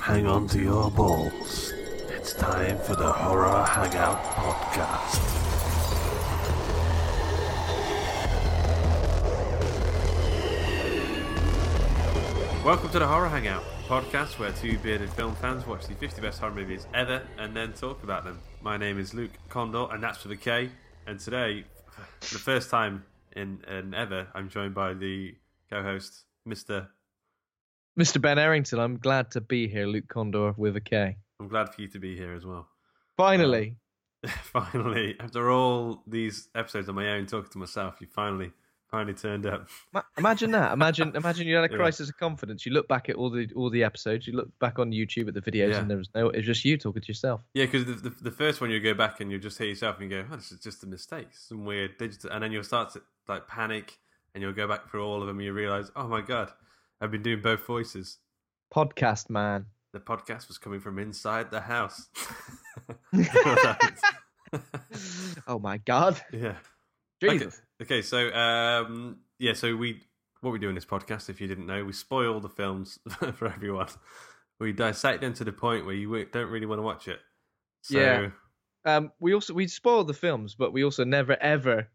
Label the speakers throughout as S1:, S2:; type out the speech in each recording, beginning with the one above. S1: Hang on to your balls. It's time for the Horror Hangout Podcast.
S2: Welcome to the Horror Hangout, a podcast where two bearded film fans watch the 50 best horror movies ever and then talk about them. My name is Luke Condor, and that's with a K. And today, for the first time in, in ever, I'm joined by the co host, Mr.
S3: Mr. Ben Errington, I'm glad to be here, Luke Condor with a K.
S2: I'm glad for you to be here as well.
S3: Finally,
S2: finally, after all these episodes on my own talking to myself, you finally, finally turned up.
S3: Ma- imagine that. Imagine, imagine you had a
S2: Yeah.
S3: crisis of confidence. You look back at all the all the episodes. You look back on YouTube at the videos,
S2: Yeah.
S3: and there was no. It's just you talking to yourself.
S2: Yeah, because the, the, the first one you go back and you just hear yourself and you go, oh, this is just a mistake, some weird digital, and then you'll start to like panic and you'll go back through all of them and you realize, oh my god, I've been doing both voices.
S3: Podcast man.
S2: The podcast was coming from inside the house.
S3: Oh my God.
S2: yeah.
S3: Jesus.
S2: Okay, okay so um, yeah, so we what we do in this podcast, if you didn't know, we spoil the films for everyone. We dissect them to the point where you don't really want to watch it. So,
S3: Yeah. Um, we also we spoil the films, but we also never ever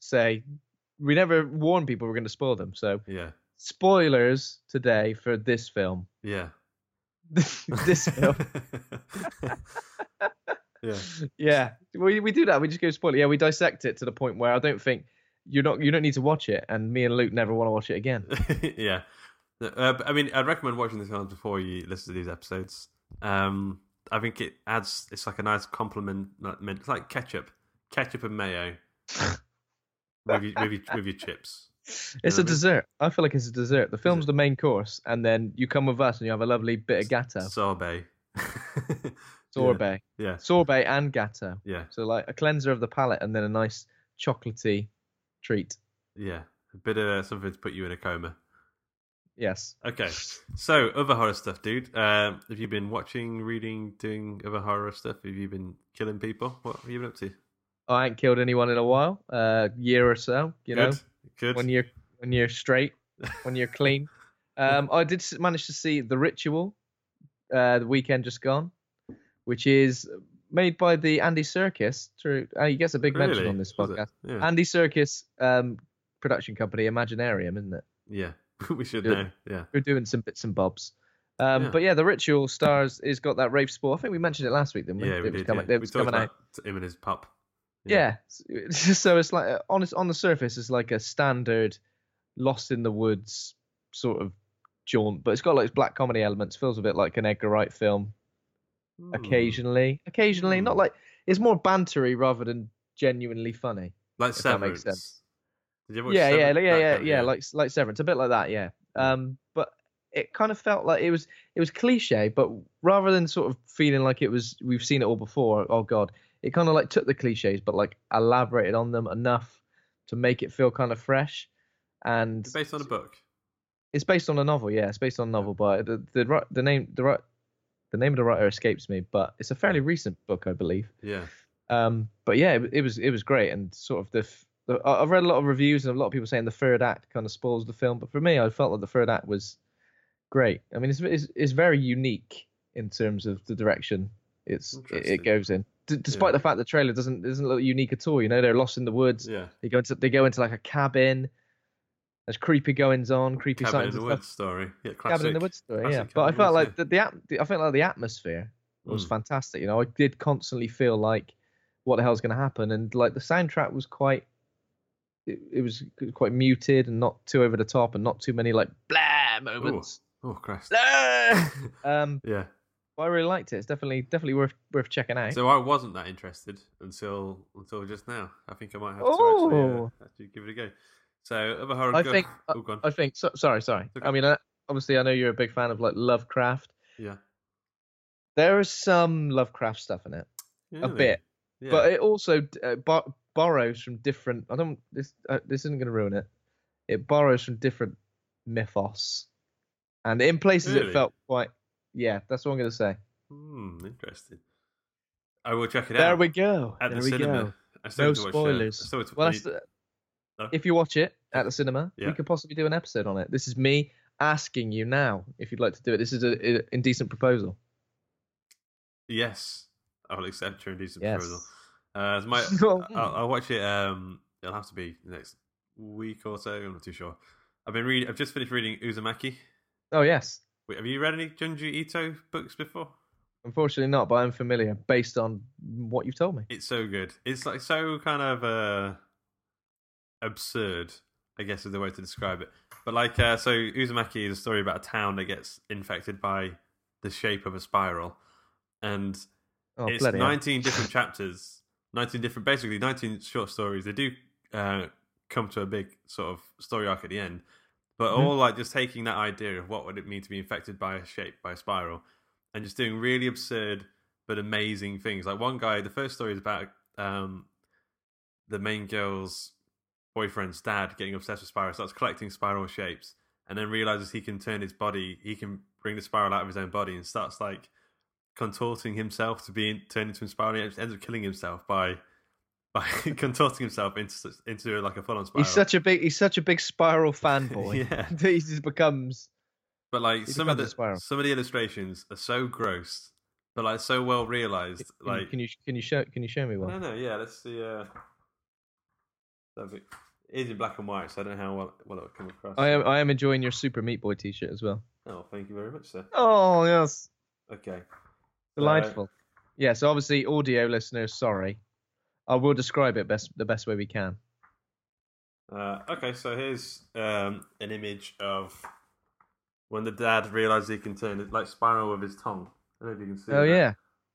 S3: say we never warn people we're going to spoil them. So
S2: Yeah.
S3: spoilers today for this film.
S2: Yeah.
S3: this film.
S2: yeah.
S3: Yeah, we we do that. We just go spoil it. Yeah, we dissect it to the point where I don't think you're not you don't need to watch it, and me and Luke never want to watch it again.
S2: yeah. Uh, but, I mean, I'd recommend watching this film before you listen to these episodes. Um, I think it adds, it's like a nice compliment. like, mint- It's like ketchup, ketchup and mayo with, your, with, your, with your chips.
S3: It's
S2: know what I
S3: a
S2: mean?
S3: dessert. I feel like it's a dessert. The film's the main course, and then you come with us and you have a lovely bit of gatto,
S2: Sorbet.
S3: sorbet,
S2: Yeah.
S3: sorbet and gatto.
S2: Yeah.
S3: So like a cleanser of the palate, and then a nice chocolatey treat.
S2: Yeah. A bit of uh, something to put you in a coma.
S3: Yes.
S2: Okay. So, other horror stuff, dude. Um, have you been watching, reading, doing other horror stuff? Have you been killing people? What have you been up to?
S3: I ain't killed anyone in a while, a year or so. You know,
S2: Good. Good.
S3: when you're when you're straight, when you're clean. Um, I did s- manage to see The Ritual, uh, the weekend just gone, which is made by the Andy Circus. Through uh, he gets a big mention
S2: Really?
S3: on this
S2: Was it?
S3: podcast.
S2: Yeah.
S3: Andy Circus um, production company, Imaginarium, isn't it?
S2: Yeah, we should
S3: Yeah.
S2: know. Yeah,
S3: Who are doing some bits and bobs. Um,
S2: Yeah.
S3: But yeah, The Ritual stars is got that rave sport. I think we mentioned it last week, didn't we?
S2: yeah,
S3: It
S2: we
S3: was
S2: did.
S3: coming,
S2: yeah.
S3: it
S2: We
S3: was
S2: talked
S3: coming out.
S2: about him and his pup.
S3: Yeah. So it's like uh, on its- on the surface, it's like a standard Lost in the Woods sort of jaunt, but it's got like its black comedy elements. Feels a bit like an Edgar Wright film occasionally. Occasionally, not
S2: Hmm.
S3: like it's more bantery rather than genuinely funny.
S2: like
S3: if that
S2: Severance.
S3: makes sense.
S2: Did you ever watch
S3: Yeah, yeah,
S2: Severance?
S3: like- yeah,
S2: That
S3: yeah,
S2: kind of-
S3: yeah, like like Severance, a bit like that, yeah. Um, but it kind of felt like it was it was cliche, but rather than sort of feeling like it was we've seen it all before, oh god, it kind of like took the cliches but like elaborated on them enough to make it feel kind of fresh. And
S2: It's based on a book.
S3: it's based on a novel, yeah, it's based on a novel, but the the ri- the name the right the name of the writer escapes me, but it's a fairly recent book, I believe
S2: Yeah,
S3: um but yeah it, it was it was great and sort of the f- the- I- I've read a lot of reviews and a lot of people saying the third act kind of spoils the film, but for me, I felt like the third act was great. I mean, it's it's, it's very unique in terms of the direction it's it,
S2: Interesting.
S3: it goes in. D- despite
S2: Yeah.
S3: the fact the trailer doesn't doesn't look unique at all, you know, they're lost in the woods.
S2: Yeah.
S3: They go into they go into like a cabin. There's creepy goings on, creepy
S2: Cabin in
S3: sightings
S2: the
S3: and
S2: Woods
S3: stuff.
S2: story. Yeah, classic.
S3: Cabin in the Woods story, yeah.
S2: classic
S3: But I
S2: Cabin in the
S3: felt
S2: Woods,
S3: like the, the at- the- I felt like the atmosphere was
S2: Mm.
S3: fantastic. You know, I did constantly feel like what the hell's going to happen, and like the soundtrack was quite, it, it was quite muted and not too over the top, and not too many like blah
S2: yeah. Ooh.
S3: moments.
S2: Oh, Christ.
S3: Ah! um,
S2: yeah.
S3: but I really liked it. It's definitely definitely worth worth checking out.
S2: So I wasn't that interested until until just now. I think I might have to actually,
S3: Oh.
S2: uh, actually give it a go. So other horror.
S3: I
S2: go-
S3: think
S2: Oh, go on.
S3: I think so, sorry sorry.
S2: It's okay.
S3: I mean, uh, obviously I know you're a big fan of like Lovecraft.
S2: yeah.
S3: There is some Lovecraft stuff in it.
S2: Yeah,
S3: bit,
S2: Yeah.
S3: but it also uh, bor- borrows from different. I don't. This uh, this isn't going to ruin it. It borrows from different mythos, and in places
S2: Really?
S3: it felt quite. Yeah, that's what I'm going to say.
S2: Hmm, interesting. I will check it out.
S3: There we go.
S2: At
S3: there
S2: the
S3: we
S2: cinema.
S3: go.
S2: I still
S3: No
S2: need to watch, uh, I
S3: spoilers.
S2: still need to-
S3: well,
S2: I
S3: that's
S2: need-
S3: the-
S2: No?
S3: if you watch it at the cinema,
S2: Yeah.
S3: we could possibly do an episode on it. This is me asking you now if you'd like to do it. This is a, a indecent proposal.
S2: Yes, I will accept your indecent
S3: Yes.
S2: proposal. Uh, it's my,
S3: No.
S2: I'll, I'll watch it. Um, it'll have to be next week or so. I'm not too sure. I've been reading. I've just finished reading Uzumaki.
S3: Oh yes,
S2: Wait, have you read any Junji Ito books before?
S3: unfortunately not, but I'm familiar based on what you've told me.
S2: It's so good. It's like so kind of uh, absurd, I guess is the way to describe it. But like, uh, so Uzumaki is a story about a town that gets infected by the shape of a spiral, and
S3: Oh
S2: it's
S3: bloody hell.
S2: 19 different chapters 19 different basically 19 short stories they do uh, come to a big sort of story arc at the end but
S3: Mm-hmm.
S2: all like just taking that idea of what would it mean to be infected by a shape by a spiral and just doing really absurd but amazing things like one guy the first story is about um, the main girl's boyfriend's dad getting obsessed with spirals starts collecting spiral shapes and then realizes he can turn his body he can bring the spiral out of his own body and starts like contorting himself to be turned into a spiral. He ends up killing himself by by contorting himself into into like a full on spiral.
S3: He's such a big he's such a big spiral fanboy.
S2: Yeah.
S3: that he just becomes
S2: but like
S3: he
S2: some of
S3: becomes a
S2: the
S3: spiral.
S2: some of the illustrations are so gross, but like so well realized.
S3: can you-
S2: Like
S3: can you can you show can you show me
S2: I
S3: one?
S2: don't know. Yeah, let's see. Uh, that'd be, it is in black and white, so I don't know how well, well it would come across.
S3: I am I am enjoying your Super Meat Boy t-shirt as well.
S2: Oh, thank you very much, sir.
S3: Oh yes,
S2: Okay.
S3: delightful. yeah, so obviously audio listeners, sorry, I will describe it best the best way we can.
S2: Uh, okay, so here's um, an image of when the dad realizes he can turn it like spiral with his tongue. I don't know if you can see.
S3: Oh
S2: that.
S3: yeah,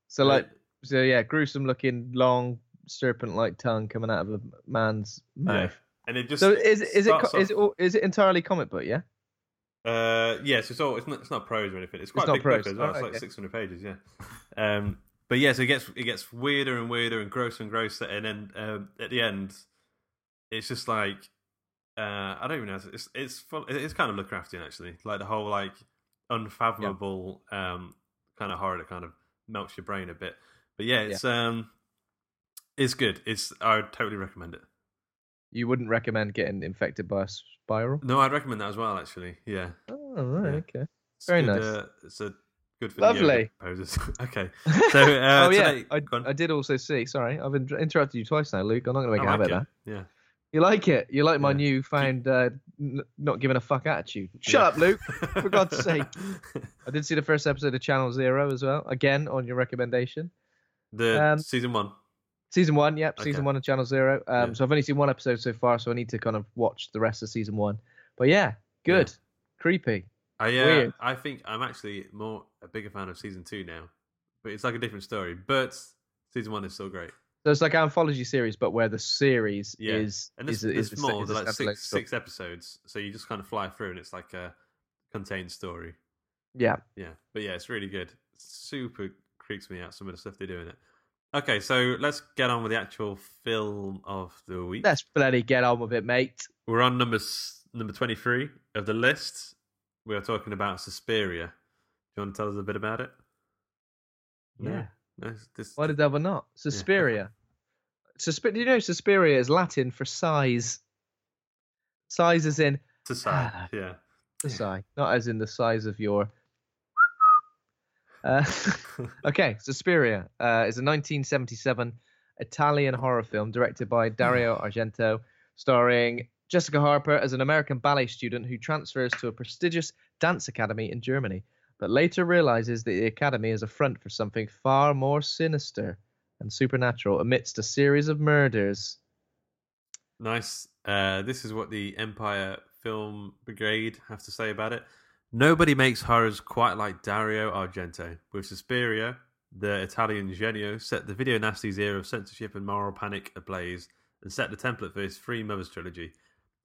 S3: so
S2: Yeah.
S3: like so yeah, gruesome looking long serpent like tongue coming out of a man's
S2: yeah.
S3: mouth.
S2: And it just
S3: So is is it co-
S2: starts off-
S3: is it all- is it entirely comic book? Yeah.
S2: Uh, yes, it's all. It's not. It's not prose or anything. It's quite a
S3: not
S2: big book
S3: prose.
S2: as well.
S3: Oh,
S2: it's like
S3: okay.
S2: 600 pages. Yeah. Um, but yeah, so it gets it gets weirder and weirder and grosser and grosser, and then um, at the end, it's just like uh, I don't even know. how to- It's it's full, it's kind of Lovecraftian actually. Like the whole like unfathomable um kind of horror that kind of melts your brain a bit. But yeah, it's um, it's good. It's I would totally recommend it.
S3: You wouldn't recommend getting infected by a spiral?
S2: No, I'd recommend that as well. Actually, yeah.
S3: Oh, right,
S2: Yeah.
S3: okay.
S2: It's
S3: Very
S2: good,
S3: nice.
S2: Uh, it's a good for
S3: Lovely.
S2: poses. okay. So uh,
S3: oh yeah,
S2: today,
S3: I,
S2: go on.
S3: I did also see. Sorry, I've in- interrupted you twice now, Luke. I'm not going to make
S2: I
S3: a habit
S2: like
S3: of
S2: it.
S3: that.
S2: Yeah.
S3: You like it? You like my
S2: Yeah.
S3: new found uh, n- not giving a fuck attitude? Shut
S2: Yeah.
S3: up, Luke. For God's sake. I did see the first episode of Channel Zero as well. Again, on your recommendation,
S2: The
S3: Um,
S2: season one.
S3: season one. Yep,
S2: Okay.
S3: season one of Channel Zero. Um,
S2: Yeah.
S3: So I've only seen one episode so far, so I need to kind of watch the rest of season one. But yeah, good, creepy.
S2: I uh,
S3: Weird.
S2: I think I'm actually more a bigger fan of season two now, but it's like a different story. But season one is still great.
S3: So it's like an anthology series, but where the series
S2: Yeah.
S3: is
S2: and
S3: is
S2: this
S3: a- is
S2: is
S3: a-
S2: small.
S3: is
S2: They're
S3: a
S2: like
S3: standalone
S2: six
S3: story.
S2: six episodes, so you just kind of fly through, and it's like a contained story.
S3: Yeah.
S2: Yeah, but yeah, it's really good. Super creeps me out some of the stuff they do in it. Okay, so let's get on with the actual film of the week.
S3: Let's bloody get on with it, mate.
S2: We're on number s- number twenty three of the list. We are talking about Suspiria. Do you want to tell us a bit about it? No?
S3: Yeah.
S2: No, it's- this-
S3: Why the devil not? Suspiria. Suspir- do you know Suspiria is Latin for size? Size is in
S2: To sigh. Yeah.
S3: the sigh, not as in the size of your. Uh, okay, Suspiria uh, is a 1977 Italian horror film directed by Dario Argento, starring Jessica Harper as an American ballet student who transfers to a prestigious dance academy in Germany, but later realizes that the academy is a front for something far more sinister and supernatural amidst a series of murders.
S2: Nice. Uh, this is what the Empire Film Brigade have to say about it. Nobody makes horrors quite like Dario Argento. With Suspiria, the Italian genio set the video nasty's era of censorship and moral panic ablaze and set the template for his Three Mothers trilogy.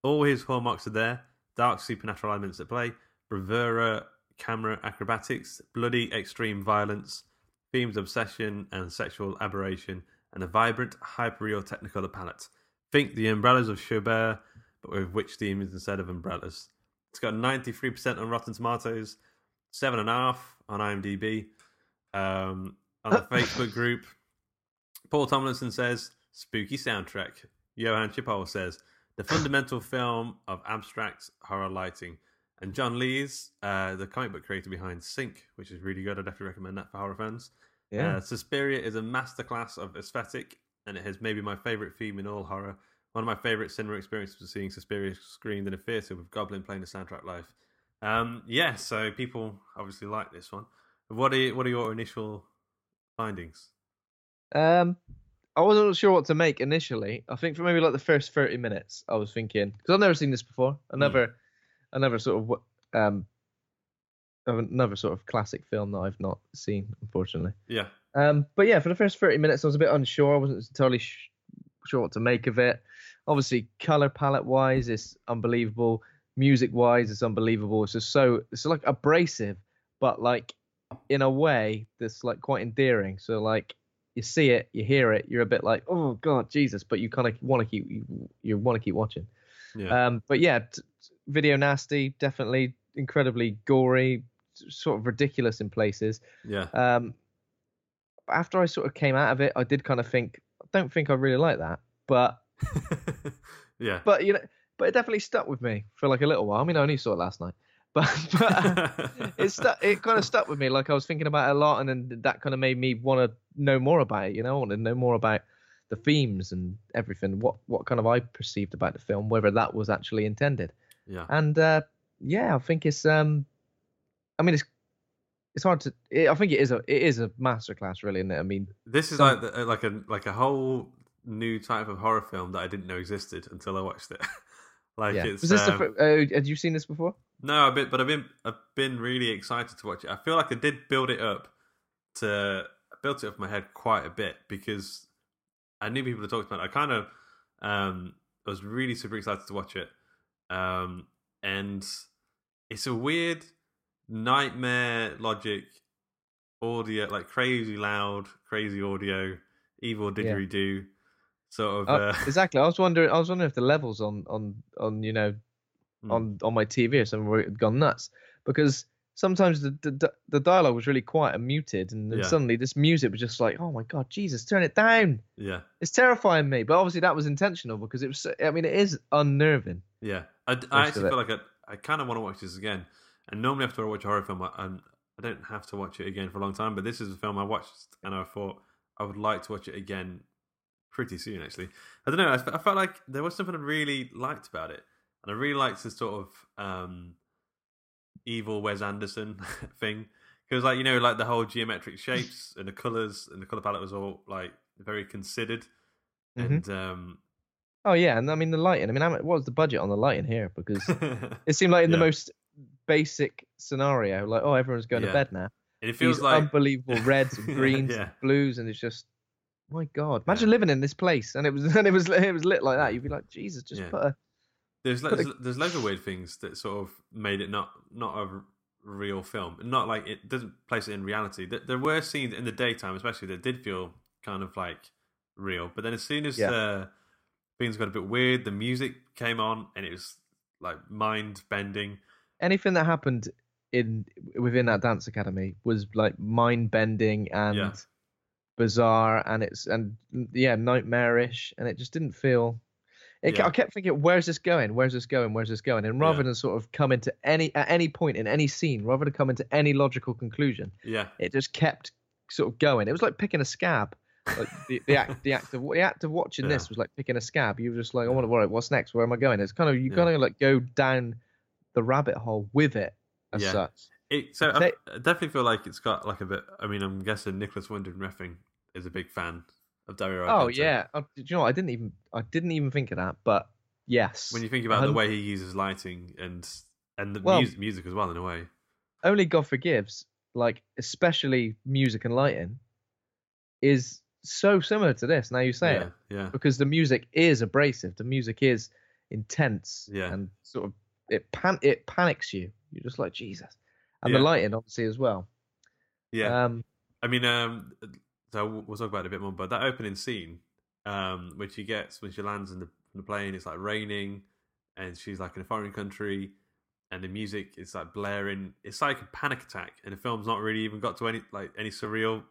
S2: All his hallmarks are there dark supernatural elements at play, bravura camera acrobatics, bloody extreme violence, themes of obsession and sexual aberration, and a vibrant, hyperreal technicolor palette. Think the umbrellas of Chabert, but with witch demons instead of umbrellas. It's got 93% on Rotten Tomatoes, 7.5 on IMDb. Um, on the Facebook group, Paul Tomlinson says, spooky soundtrack. Johan Chipol says, the fundamental film of abstract horror lighting. And John Lees, uh, the comic book creator behind Sync, which is really good. I'd definitely recommend that for horror fans.
S3: Yeah.
S2: Uh, Suspiria is a masterclass of aesthetic, and it has maybe my favorite theme in all horror. One of my favorite cinema experiences was seeing Suspiria screened in a theater with Goblin playing the soundtrack live. Um, yeah, so people obviously like this one. What are what are your initial findings?
S3: Um, I wasn't sure what to make initially. I think for maybe like the first thirty minutes, I was thinking because I've never seen this before. Another, another sort of wh- um, of another sort of classic film that I've not seen, unfortunately.
S2: Yeah,
S3: Um, but yeah, for the first thirty minutes, I was a bit unsure. I wasn't entirely sh- sure what to make of it. Obviously, color palette wise, it's unbelievable. Music wise, it's unbelievable. It's just so it's like abrasive, but like in a way that's like quite endearing. So like you see it, you hear it, you're a bit like, oh god, Jesus, but you kind of want to keep you, you want to keep watching.
S2: yeah,
S3: Um, but yeah, t- t- video nasty, definitely incredibly gory, s- sort of ridiculous in places.
S2: yeah.
S3: Um, after I sort of came out of it, I did kind of think, I don't think I really like that, but
S2: yeah.
S3: uh, but you know, but it definitely stuck with me for like a little while. I mean, I only saw it last night, but, but uh, it stuck. It kind of stuck with me. Like I was thinking about it a lot, and then that kind of made me want to know more about it. You know, I want to know more about the themes and everything. What what kind of I perceived about the film, whether that was actually intended.
S2: yeah.
S3: And uh, yeah, I think it's um, I mean it's it's hard to. It, I think it is a it is a masterclass, really, isn't it? I mean,
S2: This is
S3: some-
S2: like the, uh, like a like a whole new type of horror film that I didn't know existed until I watched it. like
S3: yeah.
S2: it's
S3: Was this the
S2: um,
S3: fir- uh, had you seen this before?
S2: No, I've been, but I've been I've been really excited to watch it. I feel like I did build it up to I built it up in my head quite a bit because I knew people had talked about it. I kind of um I was really super excited to watch it. Um and it's a weird nightmare logic audio like crazy loud, crazy audio, evil didgeridoo sort of
S3: Uh,
S2: uh,
S3: exactly. I was wondering. I was wondering if the levels on on on you know
S2: Hmm.
S3: on on my TV or something were- had gone nuts because sometimes the the, the dialogue was really quiet and muted, and then
S2: Yeah.
S3: suddenly this music was just like, oh my god, Jesus, turn it down.
S2: yeah.
S3: It's terrifying me. But obviously that was intentional because it was. so- I mean, it is unnerving.
S2: Yeah, I, d- I
S3: Most
S2: actually
S3: of
S2: feel like I, I kind of want to watch this again. And normally after I watch a horror film, I, I'm, I don't have to watch it again for a long time. But this is a film I watched and I thought I would like to watch it again pretty soon. Actually, I don't know. I, f- I felt like there was something I really liked about it, and I really liked this sort of um, evil Wes Anderson thing because, like you know, like the whole geometric shapes and the colors and the color palette was all like very considered. And um,
S3: Oh yeah, and I mean the lighting. I mean, how mu- what was the budget on the lighting here? Because
S2: um,
S3: it seemed like in
S2: Yeah.
S3: the most basic scenario, like oh everyone's going
S2: Yeah.
S3: to bed now.
S2: it feels
S3: these
S2: like
S3: unbelievable reds and
S2: Yeah,
S3: greens
S2: yeah.
S3: and blues and it's just my god imagine living in this place and it was and it was it was lit like that you'd be like jesus just
S2: Yeah.
S3: put a
S2: There's lo-
S3: But
S2: there's, there's loads of weird things that sort of made it not not a r- real film, not like it doesn't place it in reality. There, there were scenes in the daytime, especially that did feel kind of like real, but then as soon as
S3: Yeah.
S2: uh, things got a bit weird, the music came on and it was like mind bending.
S3: anything that happened in within that dance academy was like mind bending and
S2: Yeah.
S3: bizarre and it's and yeah nightmarish and it just didn't feel it,
S2: Yeah.
S3: I kept thinking, where's this going? Where's this going? Where's this going? And rather
S2: Yeah.
S3: than sort of come into any at any point in any scene, rather than come into any logical conclusion,
S2: Yeah.
S3: it just kept sort of going. It was like picking a scab. Like the, the act, the act of the act of watching this
S2: Yeah.
S3: was like picking a scab. You were just like, I want to. What's next? Where am I going? It's kind of you kind of like go down the rabbit hole with it as
S2: Yeah.
S3: such.
S2: It, so
S3: They-
S2: I, I definitely feel like it's got like a bit. I mean, I'm guessing Nicholas Winding Refn is a big fan of Dario.
S3: Oh
S2: Argento.
S3: yeah. I, do you know? what? I didn't even I didn't even think of that, but yes.
S2: When you think about the
S3: Hun-
S2: way he uses lighting and and the
S3: Well-
S2: music, music as well, in a way.
S3: only God forgives, like especially music and lighting, is so similar to this. Now you say
S2: Yeah.
S3: it
S2: Yeah.
S3: because the music is abrasive. The music is intense
S2: Yeah.
S3: and sort of it pan it panics you. You're just like Jesus, and the
S2: Yeah.
S3: lighting obviously as well.
S2: Yeah.
S3: Um,
S2: I mean, um, so we'll we'll talk about it a bit more, but that opening scene, um, when she gets when she lands in the, in the plane, it's like raining, and she's like in a foreign country, and the music is like blaring. It's like a panic attack, and the film's not really even got to any like any surreal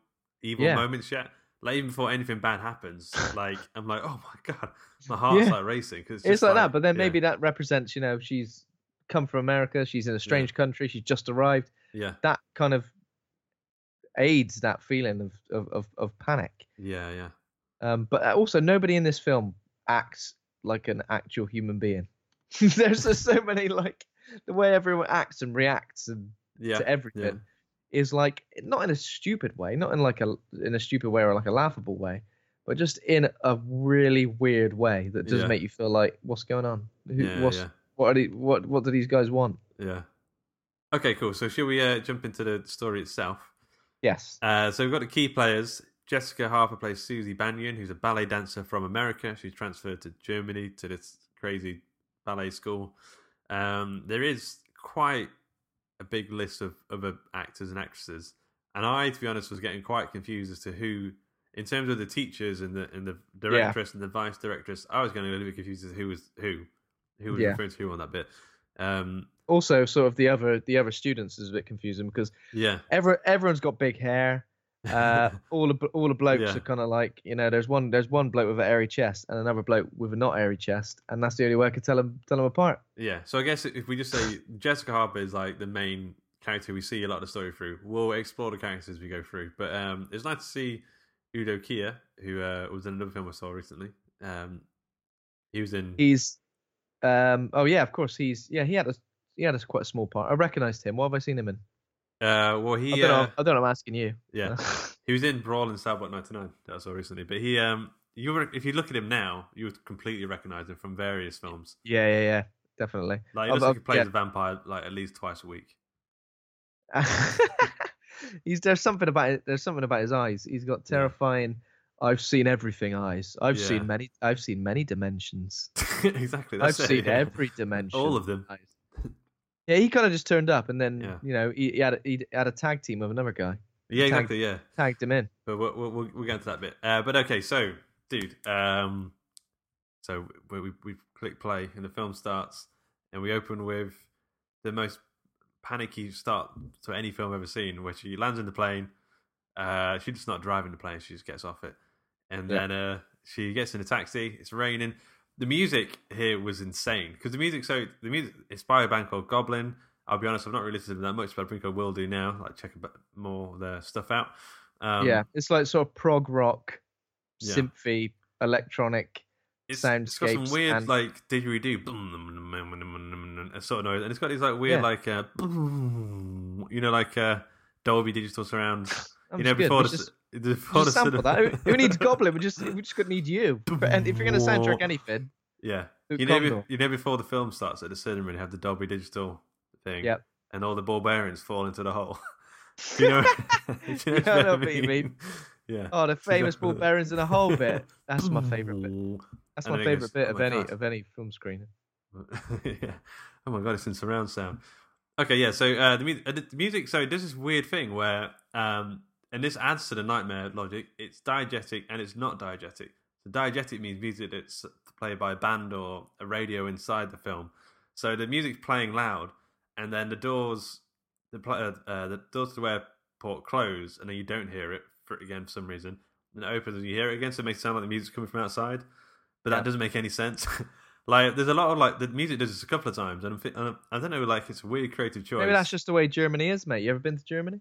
S2: evil
S3: Yeah.
S2: moments yet. Like even before anything bad happens, like I'm like, oh my god, my heart's
S3: Yeah.
S2: like racing because it's,
S3: it's
S2: just
S3: like, that, but then
S2: yeah,
S3: maybe that represents you know she's come from America, she's in a strange country, she's just arrived.
S2: yeah,
S3: That kind of aids that feeling of of of, of panic.
S2: yeah, yeah,
S3: Um, but also, nobody in this film acts like an actual human being. There's just so many like the way everyone acts and reacts and
S2: yeah,
S3: to everything is like not in a stupid way, not in like a in a stupid way or like a laughable way, but just in a really weird way that does
S2: Yeah.
S3: make you feel like what's going on? Who,
S2: Yeah,
S3: what's,
S2: yeah.
S3: What are they, what what do these guys want?
S2: yeah. Okay, cool. So shall we uh, jump into the story itself?
S3: Yes.
S2: Uh, so we've got the key players. Jessica Harper plays Susie Banyan, who's a ballet dancer from America. She's transferred to Germany to this crazy ballet school. Um, there is quite a big list of other actors and actresses, and I, to be honest, was getting quite confused as to who, in terms of the teachers and the and the directress and the vice directress. I was getting a little bit confused as to who was who, who was
S3: Yeah.
S2: referring to who on that bit. Um,
S3: Also, sort of the other the other students is a bit confusing because
S2: yeah,
S3: Every, everyone's got big hair. Uh, all the all the blokes
S2: Yeah.
S3: are kind of like you know. There's one there's one bloke with an airy chest and another bloke with a not airy chest, and that's the only way I could tell them tell them apart.
S2: Yeah, so I guess if we just say Jessica Harper is like the main character we see a lot of the story through, we'll explore the characters as we go through. But um, it's nice to see Udo Kier, who uh, was in another film I saw recently. Um, he was in.
S3: He's um oh yeah of course he's yeah he had a he had a quite a small part. I recognised him. What have I seen him in?
S2: Uh, well, he
S3: I don't
S2: uh,
S3: know. I don't know. I'm asking you.
S2: yeah, he was in Brawl and Starbuck '99 that I saw recently. But he, um, you were, if you look at him now, you would completely recognize him from various films.
S3: yeah yeah yeah definitely.
S2: Like, he
S3: I've-
S2: looks like he
S3: I've-
S2: plays
S3: yeah.
S2: a vampire like at least twice a week.
S3: he's there's something about it. There's something about his eyes. He's got terrifying. I've seen everything. Eyes. I've
S2: Yeah.
S3: seen many. I've seen many dimensions.
S2: exactly.
S3: I've
S2: That's it,
S3: seen
S2: yeah.
S3: every dimension.
S2: All of them.
S3: Eyes. Yeah, he kind of just turned up, and then
S2: Yeah.
S3: you know he, he had a, he had a tag team with another guy,
S2: Yeah,
S3: Tag-
S2: exactly. Yeah.
S3: tagged him in.
S2: But we'll, we'll, we'll, we'll get to that bit. Uh, but okay, so, dude, um, so we, we, we click play and the film starts and we open with the most panicky start to any film I've ever seen where she lands in the plane. Uh, she's just not driving the plane, she just gets off it. And
S3: Yeah.
S2: then uh, she gets in a taxi, it's raining. The music here was insane because the music, so the music is by a band called Goblin. I'll be honest, I've not really listened to them that much, but I think I will do now, like check a bit more of their stuff out. Um,
S3: yeah, it's like sort of prog rock,
S2: Yeah.
S3: synthy, electronic.
S2: it's got some
S3: soundscapes
S2: weird
S3: and-
S2: like didgeridoo boom, a sort of noise, and it's got these like weird
S3: Yeah.
S2: like uh, boom, you know like uh, Dolby Digital surround.
S3: That
S2: you know
S3: was
S2: before
S3: Oh, good. We
S2: the,
S3: just-
S2: before the
S3: Just sample that. Who,
S2: cinema-
S3: who needs Goblin? We just we just gonna need you. For- And if you're gonna soundtrack anything,
S2: yeah.
S3: Who
S2: You know,
S3: come
S2: be-
S3: though?
S2: you know before the film starts at the cinema and you have the Dolby Digital thing,
S3: Yep.
S2: and all the ball bearings fall into the hole. Do you know, do you know,
S3: Yeah, I know what you mean.
S2: Yeah.
S3: oh, the famous ball bearings in a hole bit. That's my favorite bit.
S2: bit.
S3: That's
S2: And
S3: my
S2: then it goes,
S3: favorite bit
S2: oh
S3: of
S2: my
S3: any
S2: God.
S3: of any film screening.
S2: yeah. Oh my god, it's in surround sound. Okay, yeah. So uh, the, mu- uh, the music. So there's this weird thing where, um, and this adds to the nightmare logic. It's diegetic and it's not diegetic. So diegetic means music that's played by a band or a radio inside the film. So the music's playing loud, and then the doors, the pl- uh, uh, the doors to the airport close, and then you don't hear it for, again for some reason. and it opens and you hear it again, so it makes it sound like the music's coming from outside. But that doesn't make any sense. like, there's a lot of like the music does this a couple of times, and I'm, thi- and I'm- I don't know, like it's a weird creative choice.
S3: Maybe that's just the way Germany is, mate. You ever been to Germany?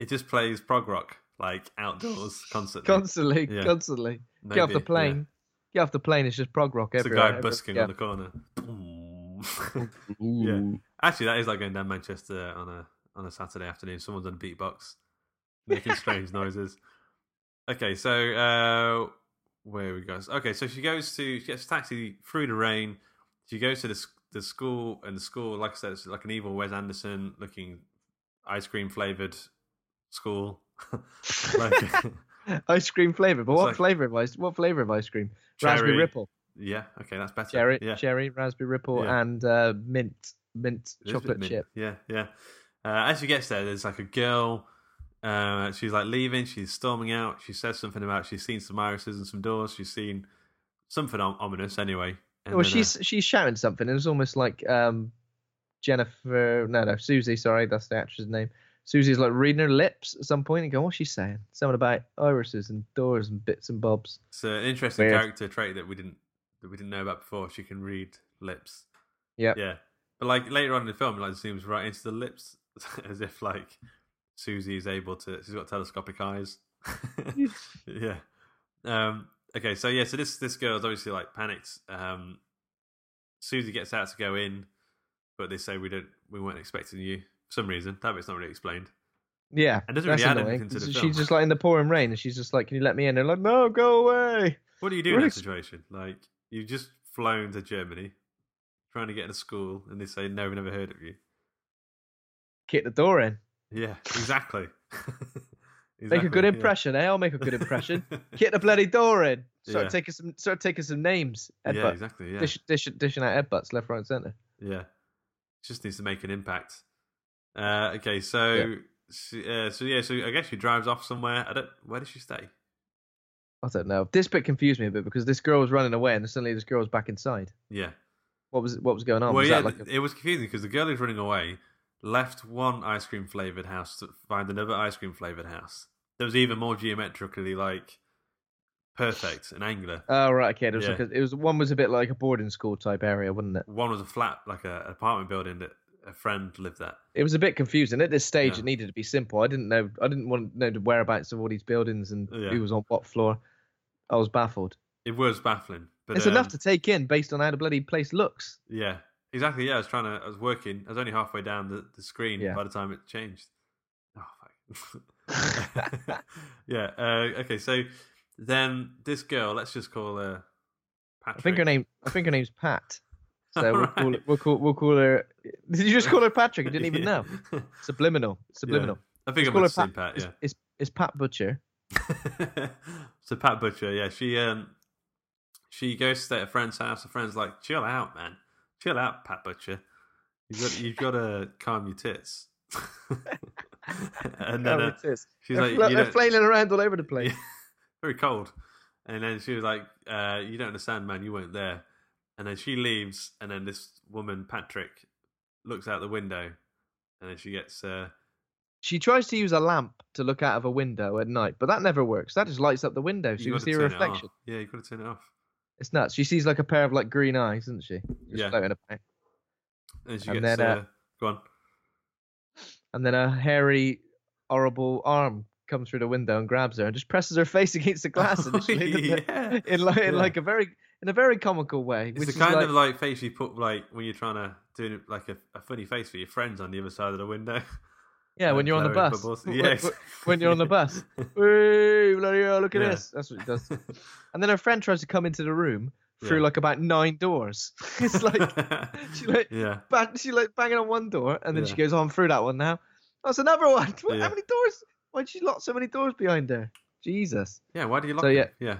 S2: it just plays prog rock like outdoors constantly.
S3: Constantly,
S2: Yeah.
S3: constantly. Get off
S2: Maybe,
S3: the
S2: yeah.
S3: plane. Get off the plane. It's just prog rock
S2: It's a
S3: everywhere.
S2: guy
S3: every-
S2: busking
S3: yeah.
S2: on the corner. yeah, actually, that is like going down Manchester on a on a Saturday afternoon. Someone's on a beatbox, making strange noises. Okay, so uh, where we go? Okay, so she goes to she gets a taxi through the rain. She goes to the s- the school, and the school, like I said, it's like an evil Wes Anderson looking ice cream flavored school. like,
S3: ice cream flavor. But what
S2: like-
S3: flavor of ice? What flavor of ice cream? Raspberry
S2: Cherry.
S3: ripple,
S2: yeah, okay, that's better.
S3: cherry,
S2: yeah.
S3: cherry, raspberry ripple,
S2: Yeah.
S3: and uh, mint, mint
S2: It is a bit
S3: chocolate
S2: mint.
S3: chip.
S2: Yeah, yeah. Uh, as she gets there, there's like a girl. Uh, she's like leaving. She's storming out. She says something about she's seen some irises and some doors. She's seen something om- ominous anyway. And
S3: well,
S2: then, uh,
S3: she's she's shouting something. and It was almost like um, Jennifer. No, no, Susie. Sorry, that's the actress' name. Susie's like reading her lips at some point and going, "What's she saying? Something about irises and doors and bits and bobs."
S2: it's an interesting
S3: Weird.
S2: character trait that we didn't that we didn't know about before. She can read lips.
S3: Yep.
S2: Yeah, but like later on in the film, it like zooms right into the lips, as if like Susie is able to. She's got telescopic eyes. yeah. Um. Okay. So yeah. So this this girl's obviously like panicked. Um. Susie gets out to go in, but they say we don't. We weren't expecting you for some reason. That bit's not really explained.
S3: Yeah,
S2: And doesn't
S3: that's
S2: really add
S3: annoying.
S2: anything to the
S3: She's
S2: film.
S3: just like in the pouring rain, and she's just like, "Can you let me in?" They're like, "No, go away."
S2: What do you do in
S3: Really
S2: that
S3: ex-
S2: situation? Like you've just flown to Germany, trying to get into school, and they say no, we have never heard of you.
S3: Kick the door in.
S2: Yeah. Exactly.
S3: Make a
S2: Exactly,
S3: good
S2: yeah.
S3: impression, eh? I'll make a good impression. Kick the bloody door in. Start
S2: Yeah.
S3: taking some, start taking some names. Headbutt.
S2: Yeah. Exactly. Yeah.
S3: Dish, dish, dishing out headbutts left, right, and centre.
S2: Yeah, just needs to make an impact. Uh, okay, so
S3: Yeah.
S2: she, uh, so yeah, so I guess she drives off somewhere. I don't. Where does she stay?
S3: I don't know. This bit confused me a bit because this girl was running away, and then suddenly this girl was back inside.
S2: Yeah.
S3: What was what was going on?
S2: well,
S3: was
S2: yeah,
S3: that like a,
S2: it was confusing because the girl who's running away left one ice cream flavored house to find another ice cream flavored house. That was even more geometrically like perfect and angular.
S3: oh right, okay. It was
S2: Yeah.
S3: like a, it was one was a bit like a boarding school type area, wasn't it?
S2: One was a flat, like a apartment building that a friend lived at.
S3: It was a bit confusing at this stage.
S2: Yeah.
S3: It needed to be simple. I didn't know. I didn't want to know the whereabouts of all these buildings and
S2: Yeah.
S3: who was on what floor. I was baffled.
S2: It was baffling, but
S3: it's
S2: um,
S3: enough to take in based on how the bloody place looks.
S2: Yeah, exactly. Yeah, I was trying to. I was working. I was only halfway down the, the screen
S3: Yeah.
S2: by the time it changed. Oh fuck. yeah. Uh, okay. So then this girl, let's just call her. Patrick.
S3: I think her name. I think her name's Pat. So we'll
S2: Alright.
S3: call it, we'll call we'll call her. Did you just call her Patrick? I didn't even know.
S2: Yeah.
S3: Subliminal. Subliminal.
S2: I think
S3: Just
S2: I
S3: call her
S2: must have seen
S3: Pat.
S2: Pat.
S3: It's,
S2: Yeah.
S3: it's it's Pat Butcher.
S2: so Pat Butcher, yeah, she um she goes to stay at a friend's house. Her friend's like, "Chill out, man. Chill out, Pat Butcher. You got you've got to calm your tits." and then
S3: Whatever
S2: uh,
S3: Oh, it is.
S2: she's
S3: they're,
S2: like,
S3: fla-
S2: "You
S3: they're
S2: don't-
S3: flailing around all over the place.
S2: very cold. And then she was like, uh, "You don't understand, man. You weren't there." And then she leaves, and then this woman, Patrick, looks out the window, and then she gets uh,
S3: She tries to use a lamp to look out of a window at night, but that never works. That just lights up the window, so you,
S2: gotta
S3: can see her
S2: turn it off.
S3: reflection.
S2: Yeah, you got to turn it off.
S3: It's nuts. She sees like a pair of like green eyes, doesn't she? Just
S2: Yeah.
S3: floating about.
S2: And she
S3: And
S2: gets
S3: then, uh,
S2: uh, go on.
S3: And then a hairy, horrible arm comes through the window and grabs her and just presses her face against the glass. initially, doesn't it?
S2: Yeah.
S3: in like, in
S2: Yeah.
S3: like a very in a very comical way.
S2: It's
S3: which
S2: the
S3: is
S2: kind of like face you put like when you're trying to do like a, a funny face for your friends on the other side of the window.
S3: yeah, when
S2: like
S3: you're on the
S2: blowing
S3: bus.
S2: bubbles.
S3: When-
S2: Yeah,
S3: when-
S2: exactly.
S3: when you're on the bus. Hey, bloody hell, look at
S2: Yeah.
S3: this. That's what it does. And then her friend tries to come into the room through
S2: Yeah.
S3: like about nine doors. it's like she like
S2: yeah,
S3: bang, she like banging on one door, and then she
S2: Yeah.
S3: goes on through that one now. That's another one. What,
S2: Yeah.
S3: How many doors? Why did she lock so many doors behind her? Jesus.
S2: yeah. Why do you lock?
S3: So,
S2: them?
S3: yeah.
S2: yeah,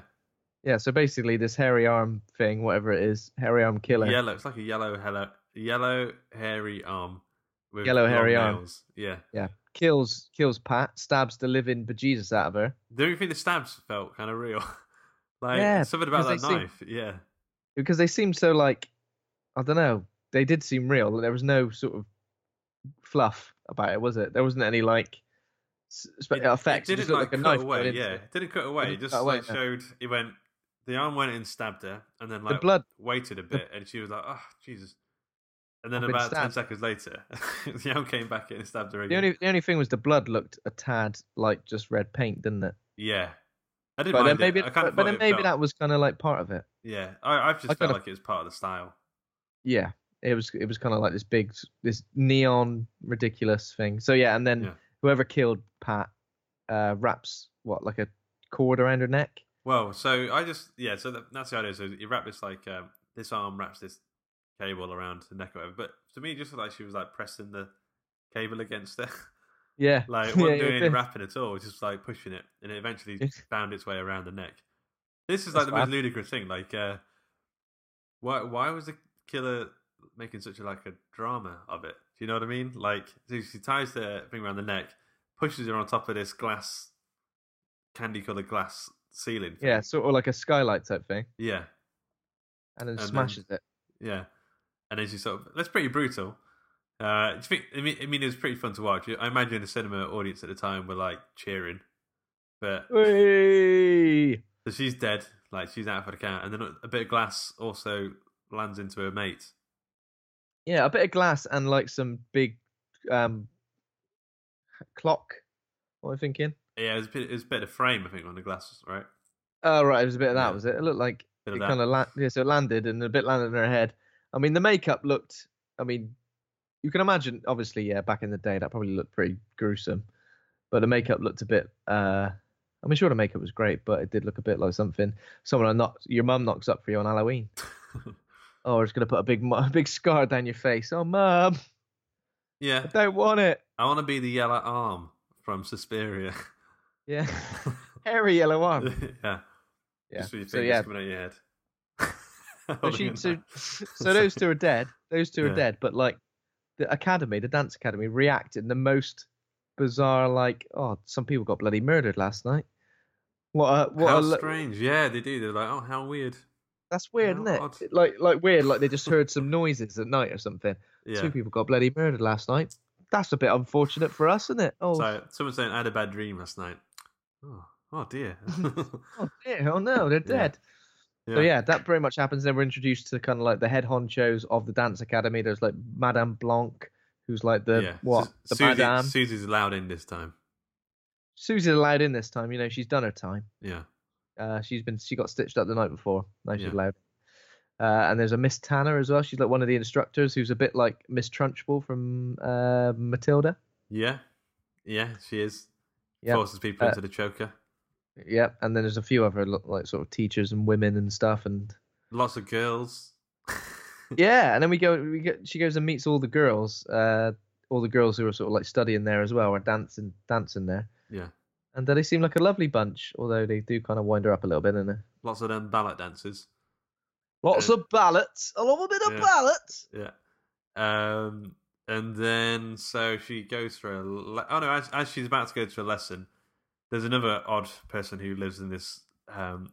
S3: Yeah. So basically, this hairy arm thing, whatever it is, hairy arm killer.
S2: Yellow. It's like a yellow, hello, yellow hairy arm. With
S3: Yellow
S2: long
S3: hairy arm.
S2: nails. Yeah.
S3: Yeah. Kills kills Pat, stabs the living bejesus out of her.
S2: The only thing the stabs felt kind of real. like
S3: Yeah,
S2: something about that
S3: because they seem-
S2: knife. Yeah.
S3: Because they seem so like I don't know. They did seem real. There was no sort of fluff about it, was it? There wasn't any like s- spe- effects.
S2: It
S3: just
S2: didn't
S3: looked
S2: like,
S3: a
S2: cut
S3: knife
S2: away.
S3: going into
S2: Yeah,
S3: it.
S2: it didn't cut away. It,
S3: didn't
S2: just
S3: cut away,
S2: like,
S3: no.
S2: showed it went. The arm went in and stabbed her, and then like
S3: blood-
S2: waited a bit, and she was like, "Oh Jesus!" And then
S3: I've been
S2: about ten
S3: stabbed.
S2: seconds later, the arm came back in and stabbed her
S3: The
S2: again.
S3: only the only thing was the blood looked a tad like just red paint, didn't it?
S2: Yeah, I didn't
S3: But then
S2: mind
S3: maybe
S2: it. I kind
S3: but,
S2: of
S3: but
S2: thought
S3: then
S2: it
S3: maybe
S2: felt-
S3: that was kind of like part of it.
S2: Yeah, I, I've just
S3: I
S2: felt
S3: kinda-
S2: like it was part of the style.
S3: Yeah, it was it was kind of like this big this neon ridiculous thing. So yeah, and then
S2: Yeah.
S3: whoever killed Pat uh, wraps what like a cord around her neck.
S2: Well, so I just yeah, so that, that's the idea. So you wrap this like um, this arm wraps this cable around the neck or whatever. But to me, it just looked like she was like pressing the cable against it,
S3: Yeah,
S2: like wasn't
S3: yeah,
S2: doing
S3: yeah.
S2: any wrapping at all, just like pushing it, and it eventually found its way around the neck. This is like
S3: That's
S2: the
S3: what
S2: most
S3: happened.
S2: ludicrous thing. Like, uh, why why was the killer making such a like a drama of it? Do you know what I mean? Like, so she ties the thing around the neck, pushes her on top of this glass, candy colored glass ceiling. thing.
S3: yeah, sort of like a skylight type thing,
S2: yeah.
S3: and then
S2: And then-
S3: smashes it.
S2: Yeah, and then she sort of that's pretty brutal. Uh, do you think- I mean, I mean, it was pretty fun to watch. I imagine the cinema audience at the time were like cheering, but
S3: Whee!
S2: so she's dead, like she's out for the count, and then a bit of glass also lands into her mate.
S3: Yeah, a bit of glass and like some big um clock. What am I thinking?
S2: Yeah, it was a bit, it was a bit of frame, I think, on the glass, right?
S3: Oh right, it was a bit of that,
S2: Yeah.
S3: was it? It looked like
S2: Bit of
S3: it
S2: that.
S3: kind of la- yeah, so it landed and a bit landed on her head. I mean, the makeup looked. I mean, you can imagine, obviously, yeah, back in the day, that probably looked pretty gruesome, but the makeup looked a bit. uh I mean, sure, the makeup was great, but it did look a bit like something someone knocks your mum knocks up for you on Halloween. oh, it's gonna put a big mu- a big scar down your face. Oh, mum,
S2: Yeah,
S3: I don't want it.
S2: I want to be the yellow arm from Suspiria.
S3: Yeah, hairy yellow arm.
S2: yeah,
S3: Oh. Yeah.
S2: just with your fingers
S3: So yeah,
S2: coming out your head.
S3: But
S2: Holding
S3: she,
S2: it
S3: so,
S2: back.
S3: so those two are dead. Those two
S2: Yeah.
S3: are dead. But like the academy, the dance academy, react in the most bizarre. Like, oh, some people got bloody murdered last night. What? A, what?
S2: how
S3: a, lo-
S2: strange. Yeah, they do. They're like, oh, how weird.
S3: that's weird,
S2: how
S3: isn't it?
S2: odd.
S3: Like, like weird. Like they just heard some noises at night or something.
S2: Yeah.
S3: Two people got bloody murdered last night. That's a bit unfortunate for us, isn't it? Oh,
S2: So someone's saying I had a bad dream last night. Oh, oh dear.
S3: oh, dear, oh no, they're dead. So yeah, that very much happens. Then we're introduced to kind of like the head honchos of the dance academy. There's like Madame Blanc, who's like the
S2: Yeah.
S3: what
S2: Su-
S3: the
S2: Susie-
S3: Madame.
S2: Susie's allowed in this time.
S3: Susie's allowed in this time. You know, she's done her time.
S2: Yeah.
S3: Uh, she's been she got stitched up the night before. Now she's
S2: Yeah.
S3: allowed. Uh, and there's a Miss Tanner as well. She's like one of the instructors who's a bit like Miss Trunchbull from uh, Matilda.
S2: Yeah. Yeah. She is
S3: Yeah,
S2: forces people
S3: Uh,
S2: into the choker.
S3: yeah. And then there's a few other lo- like sort of teachers and women and stuff. And
S2: Lots of girls.
S3: yeah, and then we go. We go. She goes and meets all the girls. Uh, all the girls who are sort of like studying there as well, or dancing, dancing there.
S2: Yeah.
S3: And uh, they seem like a lovely bunch, although they do kind of wind her up a little bit, and
S2: Lots of them ballet dancers.
S3: lots of ballots. I love a bit of
S2: Yeah.
S3: ballots.
S2: Yeah. Um. And then so she goes through. A le- oh no! As, as she's about to go to a lesson, there's another odd person who lives in this. Um.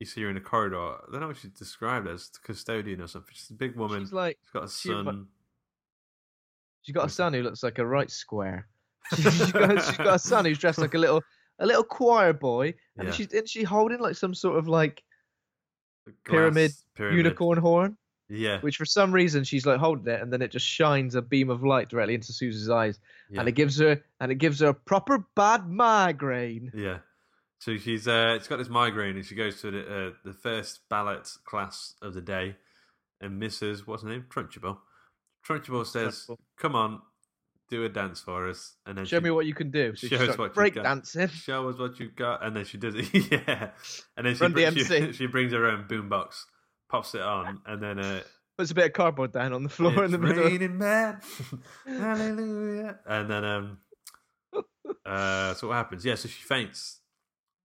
S2: You see her in a corridor. I don't know what she's described as the custodian or something. She's a big woman.
S3: She's like
S2: She's got a
S3: she remi-
S2: son.
S3: She's got a son who looks like a right square. she's, got, she's got a son who's dressed like a little a little choir boy, and
S2: Yeah.
S3: she's isn't she holding like some sort of like
S2: glass
S3: pyramid unicorn horn,
S2: Yeah.
S3: which for some reason she's like holding it, and then it just shines a beam of light directly into Susie's eyes,
S2: yeah.
S3: and it gives her and it gives her a proper bad migraine.
S2: yeah. So she's uh, she's got this migraine, and she goes to the uh, the first ballot class of the day, and Mrs. What's her name? Trunchbull. Trunchbull says,
S3: Trunchbull.
S2: "Come on, do a dance for us." And then
S3: Show
S2: she
S3: me what you can do. So she
S2: shows
S3: starts
S2: what you
S3: break
S2: got.
S3: dancing.
S2: Show us what you got, and then she does it. yeah, and then she,
S3: Run
S2: brings, she
S3: DMC.
S2: she brings her own boombox, pops it on, and then uh,
S3: Puts a bit of cardboard down on the floor in
S2: It's
S3: the middle.
S2: raining man. Hallelujah. And then um uh so what happens? Yeah, so she faints.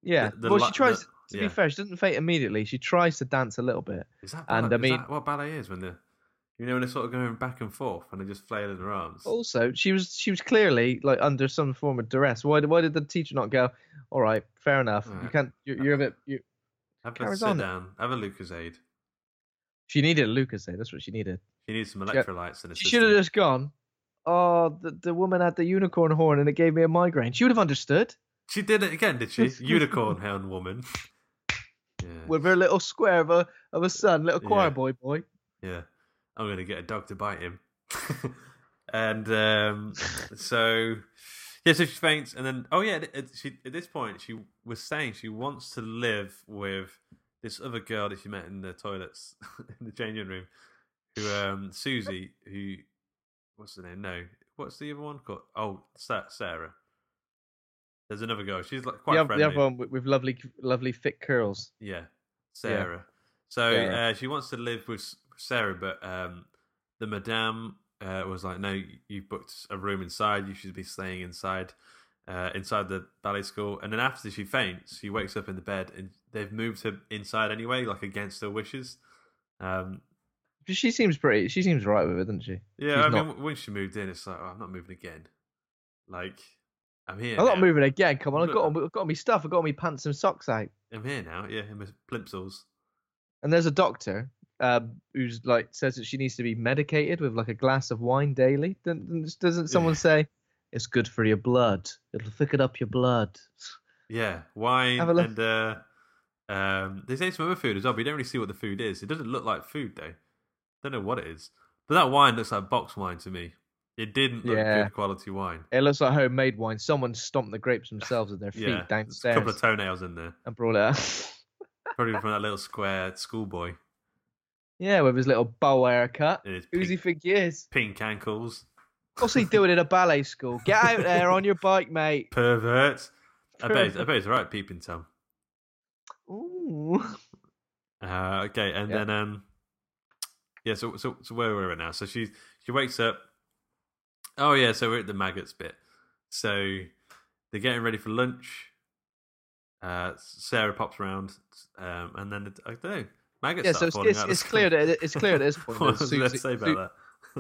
S3: Yeah.
S2: The- the
S3: well,
S2: li-
S3: she tries.
S2: the-
S3: to
S2: yeah.
S3: be fair, she doesn't faint immediately. She tries to dance a little bit.
S2: Is that ballet?
S3: And, I
S2: is
S3: mean-
S2: that what ballet is when they're you know when they're sort of going back and forth and they're just flailing their arms.
S3: Also, she was she was clearly like under some form of duress. Why why did the teacher not go? All right, fair enough. You
S2: Alright.
S3: can't. You're, you're a bit. You,
S2: have a
S3: carries
S2: sit
S3: on.
S2: down, have a Lucas aid.
S3: she needed a Lucas. That's what she needed.
S2: She needs some electrolytes and a
S3: She should have
S2: system.
S3: just gone. oh, the, the woman had the unicorn horn and it gave me a migraine. She would have understood.
S2: She did it again, did she? Unicorn hound woman. Yeah.
S3: With her little square of a of a son, little choir
S2: Yeah.
S3: boy boy.
S2: Yeah, I'm gonna get a dog to bite him. and um, so, yeah, so she faints, and then oh yeah, at- at, she at this point she was saying she wants to live with this other girl that she met in the toilets in the changing room, who um Susie, who what's the name? No, what's the other one called? Oh, Sa- Sarah. There's another girl. She's like quite
S3: the, oth-
S2: friendly.
S3: the other one with, with lovely lovely thick curls.
S2: Yeah, Sarah. So
S3: Sarah.
S2: Uh, she wants to live with S- Sarah, but um, the madame uh, was like, "No, you booked a room inside. You should be staying inside, uh, inside the ballet school." And then after she faints, she wakes up in the bed, and they've moved her inside anyway, like against her wishes. Um,
S3: She seems pretty. She seems right with it, doesn't she?
S2: yeah,
S3: She's
S2: I
S3: not,
S2: mean, when she moved in, it's like, oh, "I'm not moving again." Like, I'm here.
S3: I'm not
S2: now.
S3: moving again. Come on, I've
S2: Look.
S3: got all, I've got all my stuff. I've got all my pants and socks out.
S2: I'm here now. Yeah, in my plimsolls.
S3: And there's a doctor um, who's like says that she needs to be medicated with like a glass of wine daily. Then- then Doesn't someone say it's good for your blood? It'll thicken up your blood.
S2: Yeah, wine
S3: Have a look.
S2: and uh, um, they say some other food as well, but you don't really see what the food is. It doesn't look like food though. Don't know what it is. But that wine looks like box wine to me. It didn't look
S3: Yeah.
S2: good quality wine.
S3: It looks like homemade wine. Someone stomped the grapes themselves with their feet
S2: Yeah, there's a
S3: downstairs
S2: couple of toenails in there,
S3: and brought it out.
S2: probably from that little square schoolboy
S3: yeah, with his little bow haircut.
S2: And his
S3: Who's he
S2: pink-
S3: think he is?
S2: pink ankles,
S3: What's he doing in a ballet school? Get out there on your bike, mate.
S2: pervert. I bet, I bet he's right, peeping tom.
S3: Ooh.
S2: Uh, okay, and
S3: Yeah.
S2: then um, yeah. So so so where were we now? So she she wakes up. Oh yeah, so we're at the maggots bit. So they're getting ready for lunch. Uh, Sarah pops around, um, and then the, I don't know. Maggots.
S3: Yeah,
S2: start
S3: so it's-
S2: falling
S3: it's-
S2: out of
S3: it's
S2: the
S3: clear
S2: sky.
S3: that- it's clear at this point
S2: what
S3: that
S2: was I gonna
S3: Susie-
S2: say about
S3: Su-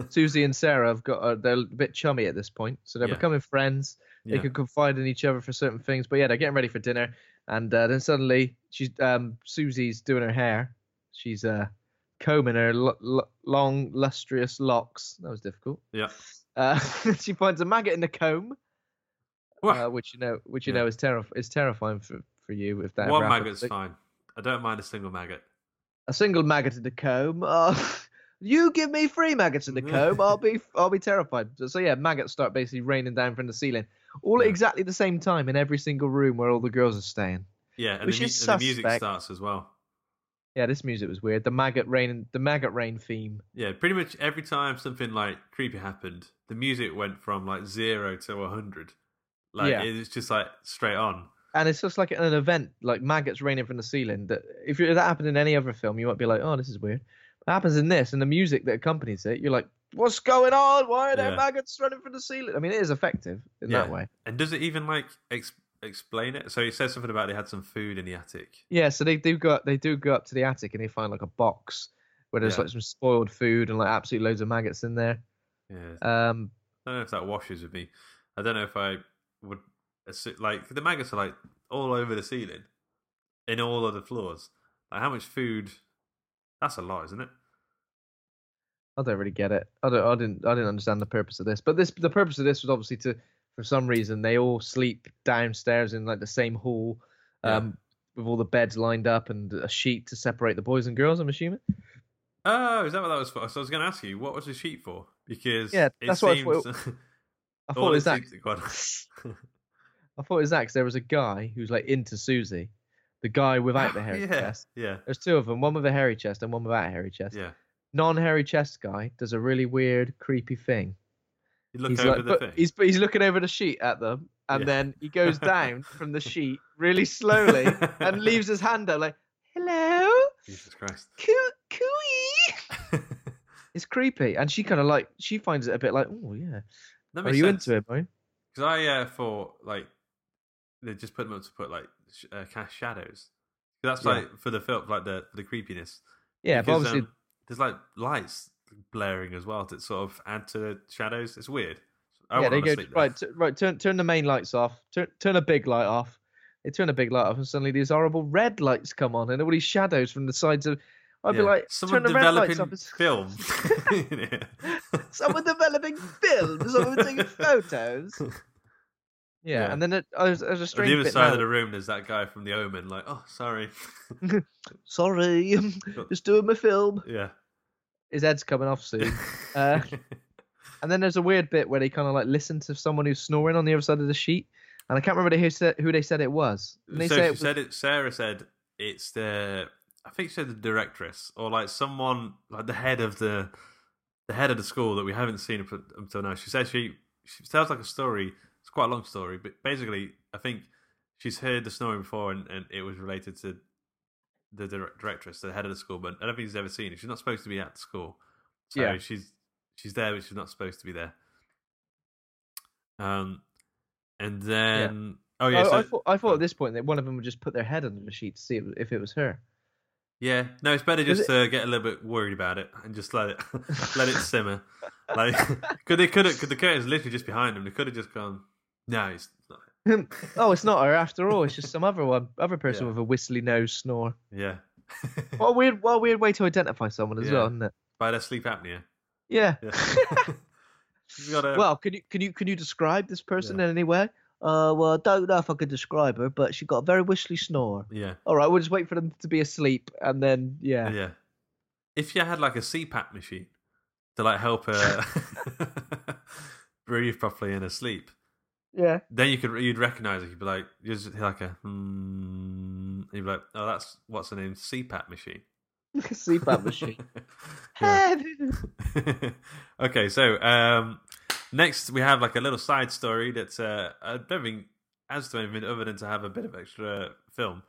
S2: that?
S3: Susie and Sarah have got uh, they're a bit chummy at this point, so they're
S2: Yeah.
S3: becoming friends. They
S2: Yeah.
S3: can confide in each other for certain things. But yeah, they're getting ready for dinner, and uh, then suddenly she's um, Susie's doing her hair. She's uh, combing her lo- lo- long lustrous locks. That was difficult.
S2: Yeah.
S3: Uh, she finds a maggot in the comb, uh,
S2: Well,
S3: which you know, which you
S2: Yeah.
S3: know is terrif- is terrifying for, for you if that. ever
S2: one
S3: happens.
S2: maggot's
S3: Like,
S2: fine. I don't mind a single maggot.
S3: A single maggot in the comb. Oh, you give me three maggots in
S2: Mm-hmm.
S3: the comb, I'll be I'll be terrified. So, so yeah, maggots start basically raining down from the ceiling, all at
S2: Yeah.
S3: exactly the same time in every single room where all the girls are staying.
S2: Yeah, and,
S3: Which
S2: the, mu-
S3: is
S2: and the music
S3: suspect.
S2: starts as well.
S3: Yeah, this music was weird. The maggot rain, the maggot rain theme.
S2: Yeah, pretty much every time something like creepy happened, the music went from like zero to a hundred. Like
S3: Yeah.
S2: it's just like straight on.
S3: And it's just like an event, like maggots raining from the ceiling. That if you- that happened in any other film, you might be like, "Oh, this is weird." It happens in this, and the music that accompanies it, you're like, "What's going on? Why are there
S2: Yeah.
S3: maggots running from the ceiling?" I mean, it is effective in that
S2: Yeah.
S3: way.
S2: And does it even like ex- explain it? So it says something about they had some food in the attic.
S3: Yeah, so they do go up, they do go up to the attic and they find like a box where there's
S2: Yeah.
S3: like some spoiled food and like absolute loads of maggots in there.
S2: Yeah,
S3: Um,
S2: I don't know if that washes with me. I don't know if I would assu- like the maggots are like all over the ceiling, in all of the floors. Like how much food? That's a lot, isn't it?
S3: I don't really get it. I don't. I didn't. I didn't understand the purpose of this. But this the purpose of this was obviously to for some reason they all sleep downstairs in like the same hall,
S2: Yeah.
S3: um, with all the beds lined up and a sheet to separate the boys and girls. I'm assuming.
S2: Oh, is that what that was for? So I was going to ask you, what was the sheet for? Because
S3: Yeah,
S2: it
S3: that's what I
S2: seems
S3: thought- I thought
S2: all
S3: it was that.
S2: seems to go on-
S3: I thought it was that 'cause there was a guy who's like into Susie, the guy without the hairy
S2: yeah,
S3: chest.
S2: Yeah,
S3: There's two of them, one with a hairy chest and one without a hairy chest.
S2: yeah.
S3: non-hairy chest guy does a really weird, creepy thing.
S2: You look
S3: he's
S2: over
S3: like-
S2: the
S3: but
S2: thing.
S3: He's, but he's looking over the sheet at them, and
S2: Yeah.
S3: then he goes down from the sheet really slowly and leaves his hand out like, "Hello,
S2: Jesus Christ.
S3: coo- cooey." It's creepy, and she kind of like she finds it a bit like, "Oh yeah,
S2: That
S3: are
S2: makes
S3: you
S2: sense.
S3: into it, boy?"
S2: Because I uh, thought like they just put them up to put like sh- uh, cast shadows. 'Cause That's
S3: Yeah.
S2: like for the film, like the the creepiness.
S3: Yeah, but
S2: Because,
S3: obviously,
S2: um, there's like lights blaring as well to sort of add to the shadows. It's weird. I
S3: yeah,
S2: wouldn't
S3: they
S2: wanna
S3: go
S2: sleep there.
S3: right, t- right. Turn turn the main lights off. Turn turn a big light off. They turn a big light off, and suddenly these horrible red lights come on, and all these shadows from the sides of. I'd be
S2: Yeah.
S3: like,
S2: someone
S3: turn the red lights
S2: developing
S3: off. It's-
S2: film. Yeah.
S3: someone developing films, someone taking photos. Yeah,
S2: Yeah.
S3: and then it, I was, I was
S2: On
S3: a
S2: the
S3: strange
S2: other
S3: bit.
S2: side
S3: now.
S2: of the room, there's that guy from The Omen. Like, oh, sorry.
S3: Sorry, just doing my film.
S2: yeah.
S3: His head's coming off soon. Uh, and then there's a weird bit where they kind of like listen to someone who's snoring on the other side of the sheet, and I can't remember who said who they said it was. And they
S2: so
S3: say
S2: she
S3: it was-
S2: said it. Sarah said it's the. I think she said the directress or like someone like the head of the the head of the school that we haven't seen up until now. She says she she tells like a story. It's quite a long story, but basically, I think she's heard the snoring before, and, and it was related to the dir- directress, the head of the school. But I don't think she's ever seen it. She's not supposed to be at the school, so
S3: Yeah.
S2: she's she's there, but she's not supposed to be there. Um, and then oh yeah,
S3: I,
S2: so,
S3: I thought, I thought at this point that one of them would just put their head under the sheet to see if it was her.
S2: Yeah, no, it's better
S3: Is
S2: just to get a little bit worried about it and just let it let it simmer. Like, could they could have could the curtain's literally just behind them? They could have just gone. No, it's not.
S3: oh, it's not her after all. It's just some other one, other person
S2: Yeah.
S3: with a whistly nose snore.
S2: Yeah,
S3: What a weird, what a weird way to identify someone as
S2: Yeah.
S3: well, isn't it?
S2: by their sleep apnea.
S3: Yeah.
S2: Yeah. You've got to,
S3: Well, can you can you can you describe this person in any way? Uh, well, I don't know if I could describe her, but she got a very whistly snore.
S2: yeah,
S3: All right, we'll just wait for them to be asleep, and then yeah,
S2: yeah. If you had like a CPAP machine to like help her breathe properly in her sleep,
S3: yeah.
S2: then you could you'd recognize it. You'd be like, you just hear like a hmm. and You'd be like, oh, that's what's the name CPAP machine.
S3: CPAP machine.
S2: Yeah.
S3: Hello.
S2: okay, so um, next we have like a little side story that uh, I don't think adds to anything other than to have a bit of extra film.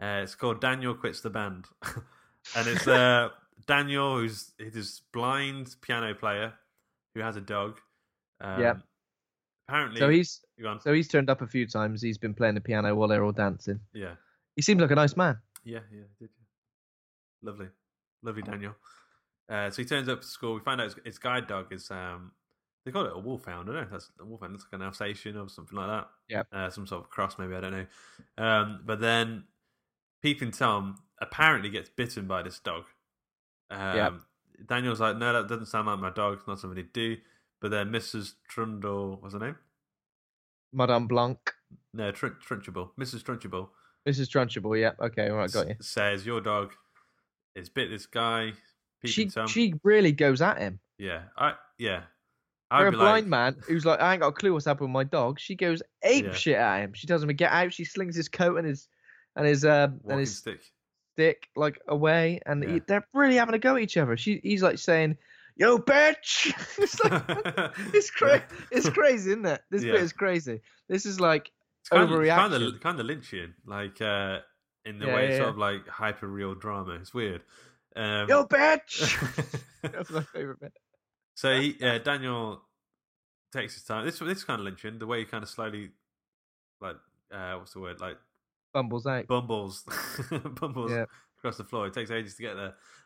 S2: Uh, it's called Daniel quits the band, and it's uh, Daniel who's he's this blind piano player who has a dog. Um,
S3: Yep.
S2: Apparently,
S3: So he's
S2: Go on.
S3: so he's turned up a few times. He's been playing the piano while they're all dancing.
S2: yeah,
S3: He seems like a nice man.
S2: Yeah, yeah, did you? Lovely, lovely Daniel. Uh, so he turns up to school. We find out his, his guide dog is um, they call it a wolfhound. I don't know. If that's a wolfhound. It's like an Alsatian or something like that.
S3: Yep.
S2: uh, some sort of cross, maybe I don't know. Um, but then Peeping Tom apparently gets bitten by this dog. Um,
S3: Yep.
S2: Daniel's like, no, that doesn't sound like my dog. It's not something he'd do. But then Mrs. Trundle, what's her name?
S3: Madame Blanc,
S2: No, Trun- Trunchable. Mrs. Trunchable.
S3: Mrs. Trunchable. Yeah, okay, all right, got you.
S2: s- Says your dog has bit this guy.
S3: She
S2: Peeping Tom.
S3: she really goes at him.
S2: Yeah, I yeah. I'd
S3: For a
S2: be
S3: blind
S2: like,
S3: man who's like, I ain't got a clue what's happened with my dog. She goes ape
S2: Yeah.
S3: shit at him. She tells him to get out. She slings his coat and his and his um and
S2: walking
S3: his
S2: stick.
S3: stick like away, and
S2: Yeah.
S3: he- they're really having a go at each other. She he's like saying, "Yo, bitch!" it's like it's cra-
S2: Yeah.
S3: it's crazy, isn't it? This
S2: Yeah.
S3: bit is crazy. This is like
S2: It's kind of,
S3: overreaction.
S2: kind of kind of Lynchian, like uh, in the
S3: Yeah,
S2: way it's
S3: yeah,
S2: sort of like hyper real drama. It's weird. Um,
S3: "Yo, bitch." That's my favorite bit.
S2: so he, uh, Daniel takes his time. This this kind of Lynchian, the way he kind of slowly, like uh, what's the word, like
S3: Bumbles out.
S2: bumbles, bumbles
S3: Yeah.
S2: across the floor. It takes ages to get there,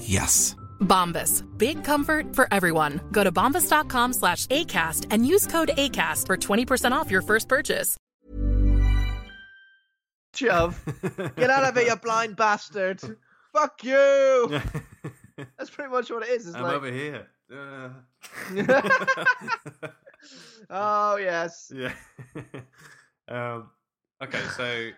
S4: Yes.
S5: Bombas. Big comfort for everyone. Go to bombas.com slash ACAST and use code ACAST for 20% off your first purchase.
S3: Shove. Get out of here, you blind bastard. Fuck you. That's pretty much what it is. It's
S2: I'm
S3: like,
S2: over here. Uh.
S3: oh, yes.
S2: Yeah. um, okay, so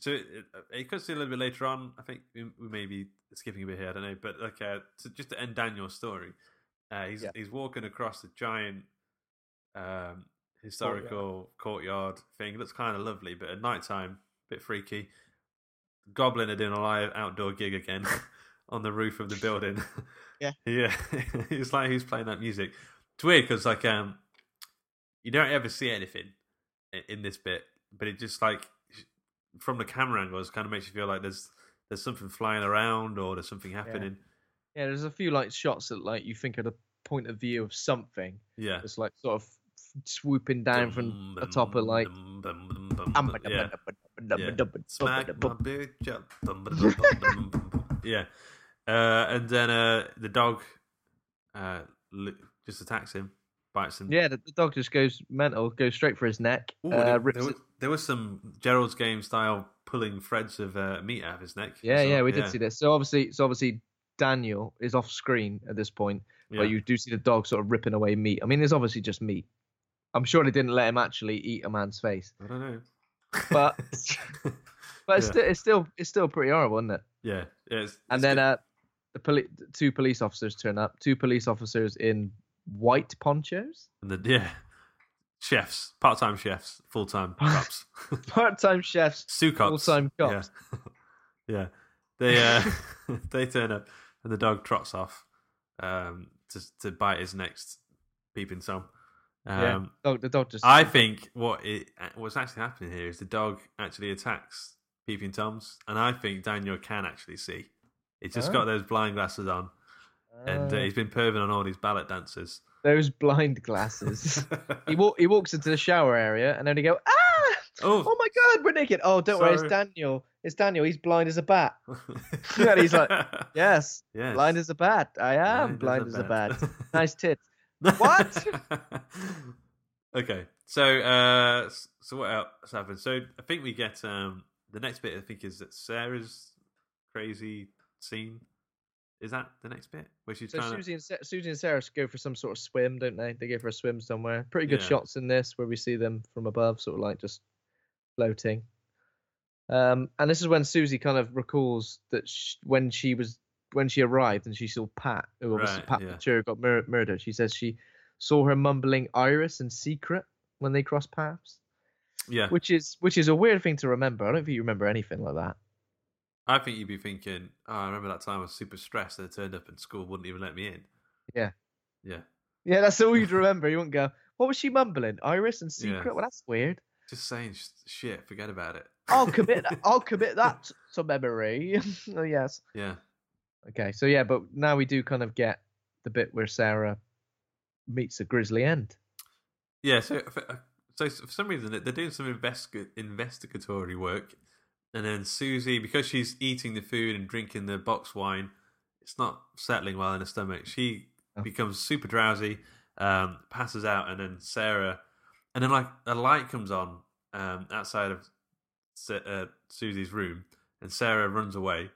S2: so it, it cuts to a little bit later on. I think we, we may be skipping a bit here. I don't know, but like uh, to, just to end Daniel's story, uh, he's he's walking across the giant um, historical courtyard. thing. It looks kind of lovely, but at night time, a bit freaky. Goblin are doing a live outdoor gig again on the roof of the building.
S3: Yeah.
S2: yeah. it's like who's playing that music. It's weird because like um, you don't ever see anything i- in this bit, but it just like from the camera angles kind of makes you feel like there's there's something flying around or there's something happening.
S3: Yeah, there's a few like shots that like you think are the point of view of something.
S2: Yeah.
S3: It's like sort of swooping down from the top of like.
S2: Yeah. Yeah. Smack my bitch up. Yeah. Uh, and then uh, the dog uh, li- just attacks him, bites him.
S3: Yeah, the, the dog just goes mental, goes straight for his neck.
S2: Ooh,
S3: uh,
S2: there,
S3: rips
S2: there was,
S3: it-
S2: there was some Gerald's game style pulling threads of uh, meat out of his neck.
S3: Yeah,
S2: So,
S3: yeah, we did see this. So obviously, so obviously, Daniel is off screen at this point,
S2: Yeah.
S3: but you do see the dog sort of ripping away meat. I mean, it's obviously just meat. I'm sure they didn't let him actually eat a man's face,
S2: I don't know.
S3: but but
S2: Yeah.
S3: it's still it's still it's still pretty horrible, isn't it?
S2: Yeah, yeah it's,
S3: And then uh, the poli- two police officers turn up. Two police officers in white ponchos,
S2: and the, yeah, chefs, part time chefs, full time cops.
S3: part-time chefs,
S2: Sue cops.
S3: full-time cops.
S2: Yeah. yeah. They uh, they turn up and the dog trots off um, to to bite his next peeping tom. Um,
S3: Yeah, dog- the dog just-
S2: I think what it uh, what's actually happening here is the dog actually attacks peeping toms, and I think Daniel can actually see. He's just
S3: Oh.
S2: got those blind glasses on, and uh,
S3: Oh.
S2: he's been perving on all these ballet dancers.
S3: Those blind glasses. he walk he walks into the shower area, and then he go ah.
S2: Oh,
S3: my God, we're naked. Oh, don't worry, it's
S2: Sorry.
S3: Daniel. It's Daniel. He's blind as a bat. and he's like, yes,
S2: Yes.
S3: blind as a bat. I am blind as a bat. nice tits. What?
S2: Okay, so uh, s- so what else happened? So I think we get um the next bit. I think is that Sarah's crazy scene. Is that the next bit where she's
S3: So
S2: trying
S3: Susie and, Sa- Susie and Sarah go for some sort of swim, don't they? They go for a swim somewhere. Pretty good
S2: Yeah.
S3: shots in this where we see them from above, sort of like just floating. Um, and this is when Susie kind of recalls that sh when she was when she arrived and she saw Pat, who obviously
S2: Right,
S3: Pat
S2: yeah.
S3: Ventura got mur- murdered. She says she saw her mumbling Iris in secret when they crossed paths,
S2: to? Yeah,
S3: which is which is a weird thing to remember. I don't think you remember anything like that.
S2: I think you'd be thinking. Oh, I remember that time I was super stressed and I turned up and school wouldn't even let me in.
S3: Yeah.
S2: Yeah,
S3: Yeah, that's all you'd remember. You wouldn't go, what was she mumbling? Iris and
S2: Yeah.
S3: secret? Well, that's weird.
S2: just saying sh- shit. Forget about it.
S3: I'll commit. I'll commit that to memory. oh yes.
S2: Yeah,
S3: Okay. So yeah, but now we do kind of get the bit where Sarah meets the grizzly end.
S2: yeah. So uh, for- so for some reason they- they're doing some investi- investigatory work, and then Susie because she's eating the food and drinking the box wine, it's not settling well in her stomach. She
S3: Oh.
S2: becomes super drowsy, um, passes out, and then Sarah, and then like a light comes on um, outside of Sa- uh, Susie's room, and Sarah runs away.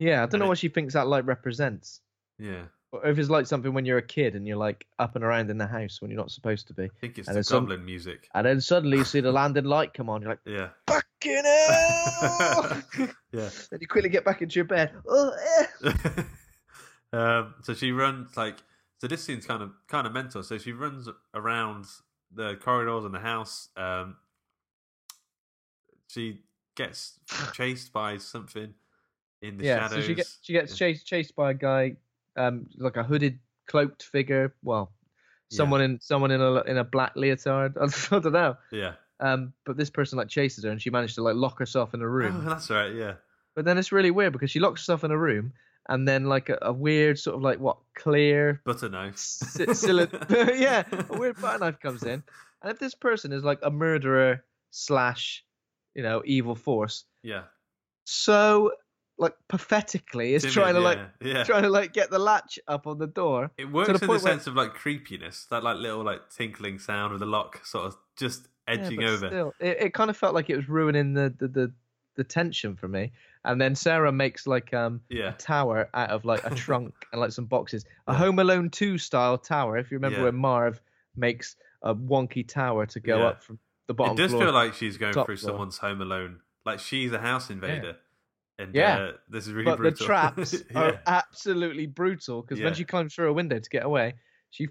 S3: Yeah, I don't
S2: And
S3: know
S2: it-
S3: what she thinks that light represents.
S2: Yeah,
S3: Or if it's like something when you're a kid and you're like up and around in the house when you're not supposed to be.
S2: I think it's
S3: and
S2: the
S3: then some-
S2: goblin music.
S3: and then suddenly you see the landing light come on. You're like,
S2: Yeah,
S3: fucking hell!
S2: yeah.
S3: then you quickly get back into your bed. Oh, eh.
S2: um, so she runs like so. This scene's kind of kind of mental. So she runs around the corridors in the house. Um, she gets chased by something in the
S3: yeah,
S2: shadows.
S3: so she gets she gets chased chased by a guy, um, like a hooded, cloaked figure. Well, someone in someone in a in a black leotard. I don't know.
S2: yeah.
S3: Um, but this person like chases her, and she managed to like lock herself in a
S2: Oh,
S3: room.
S2: that's right. Yeah.
S3: But then it's really weird because she locks herself in a room, and then like a, a weird sort of like what clear
S2: Butter knife.
S3: si- cylinder, yeah, a weird butter knife comes in, and if this person is like a murderer slash, you know, evil force,
S2: Yeah.
S3: so like pathetically is
S2: Timid,
S3: trying to
S2: yeah,
S3: like
S2: yeah.
S3: trying to like get the latch up on the door.
S2: It works
S3: to
S2: in
S3: the
S2: the
S3: point where-
S2: sense of like creepiness, that like little like tinkling sound of the lock sort of just
S3: Yeah,
S2: edging
S3: but
S2: over.
S3: Still, it, it kind of felt like it was ruining the, the, the, the tension for me. And then Sarah makes like um
S2: Yeah.
S3: a tower out of like a trunk and like some boxes, a Home Alone two style tower. If you remember
S2: Yeah.
S3: where Marv makes a wonky tower to go
S2: Yeah.
S3: up from the bottom.
S2: It does
S3: floor
S2: feel
S3: to
S2: like she's
S3: the
S2: going
S3: top
S2: through
S3: floor.
S2: someone's home alone. Like she's a house invader. And
S3: Yeah.
S2: uh, this is really
S3: but
S2: brutal.
S3: the traps
S2: Yeah.
S3: are absolutely brutal because
S2: Yeah.
S3: when she climbs through a window to get away, she.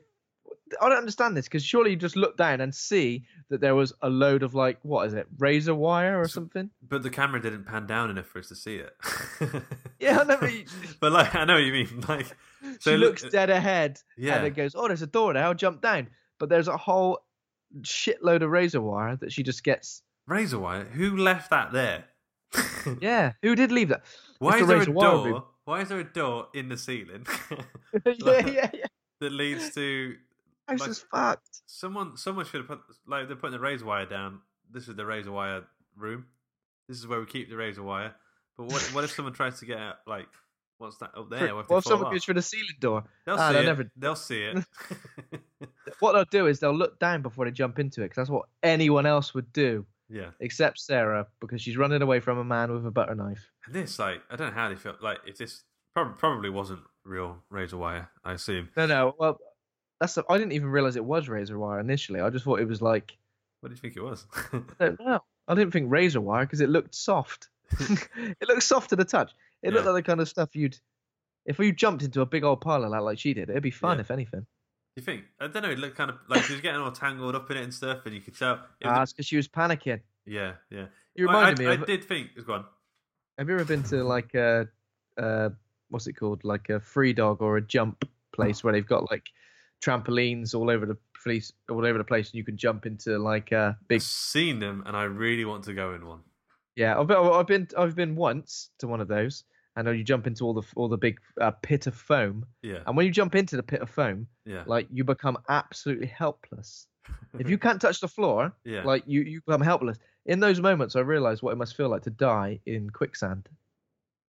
S3: I don't understand this because surely you just look down and see that there was a load of like what is it razor wire or something?
S2: But the camera didn't pan down enough for us to see it.
S3: Yeah, I know, but you-
S2: but like I know what you mean. Like uh,
S3: she looks dead ahead
S2: Yeah.
S3: and then goes, "Oh, there's a door there. I'll jump down." But there's a whole shitload of razor wire that she just gets.
S2: Razor wire. Who left that there?
S3: yeah, who did leave that?
S2: Why
S3: It's
S2: is
S3: the
S2: there a
S3: razor wire
S2: door?
S3: room.
S2: Why is there a door in the ceiling?
S3: yeah, yeah, yeah.
S2: That leads to
S3: House
S2: like,
S3: is fucked.
S2: Someone, someone should have put like they're putting the razor wire down. This is the razor wire room. This is where we keep the razor wire. But what, what if someone tries to get out? Like, what's that up there? What if, they
S3: well, if
S2: fall
S3: someone
S2: off?
S3: goes through the ceiling door,
S2: They'll
S3: ah,
S2: see
S3: they'll
S2: it.
S3: never.
S2: They'll see it.
S3: What they'll do is they'll look down before they jump into it because that's what anyone else would do.
S2: Yeah.
S3: Except Sarah because she's running away from a man with a butter knife.
S2: And this, like, I don't know how they felt. Like, if this prob- probably wasn't real razor wire, I assume.
S3: No, no. Well, that's. The, I didn't even realize it was razor wire initially. I just thought it was like
S2: What do you think it was?
S3: I don't know. I didn't think razor wire because it looked soft. it looked soft to the touch. It looked
S2: Yeah.
S3: like the kind of stuff you'd, if you jumped into a big old pile of that like she did, it'd be fun if anything.
S2: you think? I don't know. It looked kind of like she was getting all tangled up in it and stuff, and you could tell. It was
S3: Ah, because she was panicking.
S2: yeah, yeah.
S3: You
S2: I-
S3: reminded
S2: I,
S3: me
S2: I,
S3: of-
S2: did think. Go on.
S3: Have you ever been to like a, uh, what's it called, like a free dog or a jump place where they've got like trampolines all over the place, all over the place, and you can jump into like a big.
S2: Seen them, and I really want to go in one.
S3: Yeah, I've been, I've been, I've been once to one of those, and you jump into all the all the big uh, pit of foam.
S2: Yeah.
S3: And when you jump into the pit of foam,
S2: Yeah.
S3: like you become absolutely helpless. if you can't touch the floor,
S2: Yeah.
S3: like you, you become helpless. In those moments, I realized what it must feel like to die in quicksand.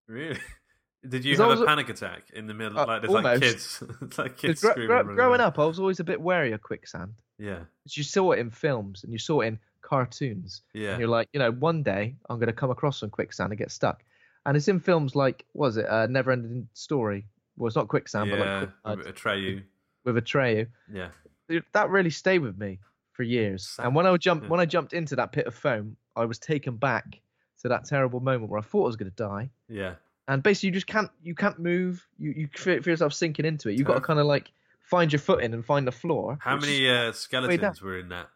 S2: Really? Did you
S3: 'Cause I
S2: have a
S3: was-
S2: panic attack in the middle?
S3: Uh,
S2: like there's like
S3: almost.
S2: kids, it's like
S3: 'Cause
S2: kids
S3: gro-
S2: screaming.
S3: gro-
S2: running
S3: growing
S2: around.
S3: up, I was always a bit wary of quicksand.
S2: Yeah.
S3: 'Cause You saw it in films and you saw it in cartoons.
S2: Yeah.
S3: And you're like, you know, one day I'm going to come across some quicksand and get stuck. And it's in films like, what was it uh, Never Ending Story? Well, it's not quicksand,
S2: Yeah.
S3: but like
S2: with Atreyu.
S3: with Atreyu.
S2: Yeah.
S3: Dude, that really stayed with me for years. And when I jumped, when I jumped into that pit of foam, I was taken back to that terrible moment where I thought I was going to die.
S2: Yeah.
S3: And basically, you just can't, you can't move. You you feel, feel yourself sinking into it. You've got to kind of like find your footing and find the floor.
S2: How
S3: which is-
S2: many uh, skeletons
S3: down.
S2: were in that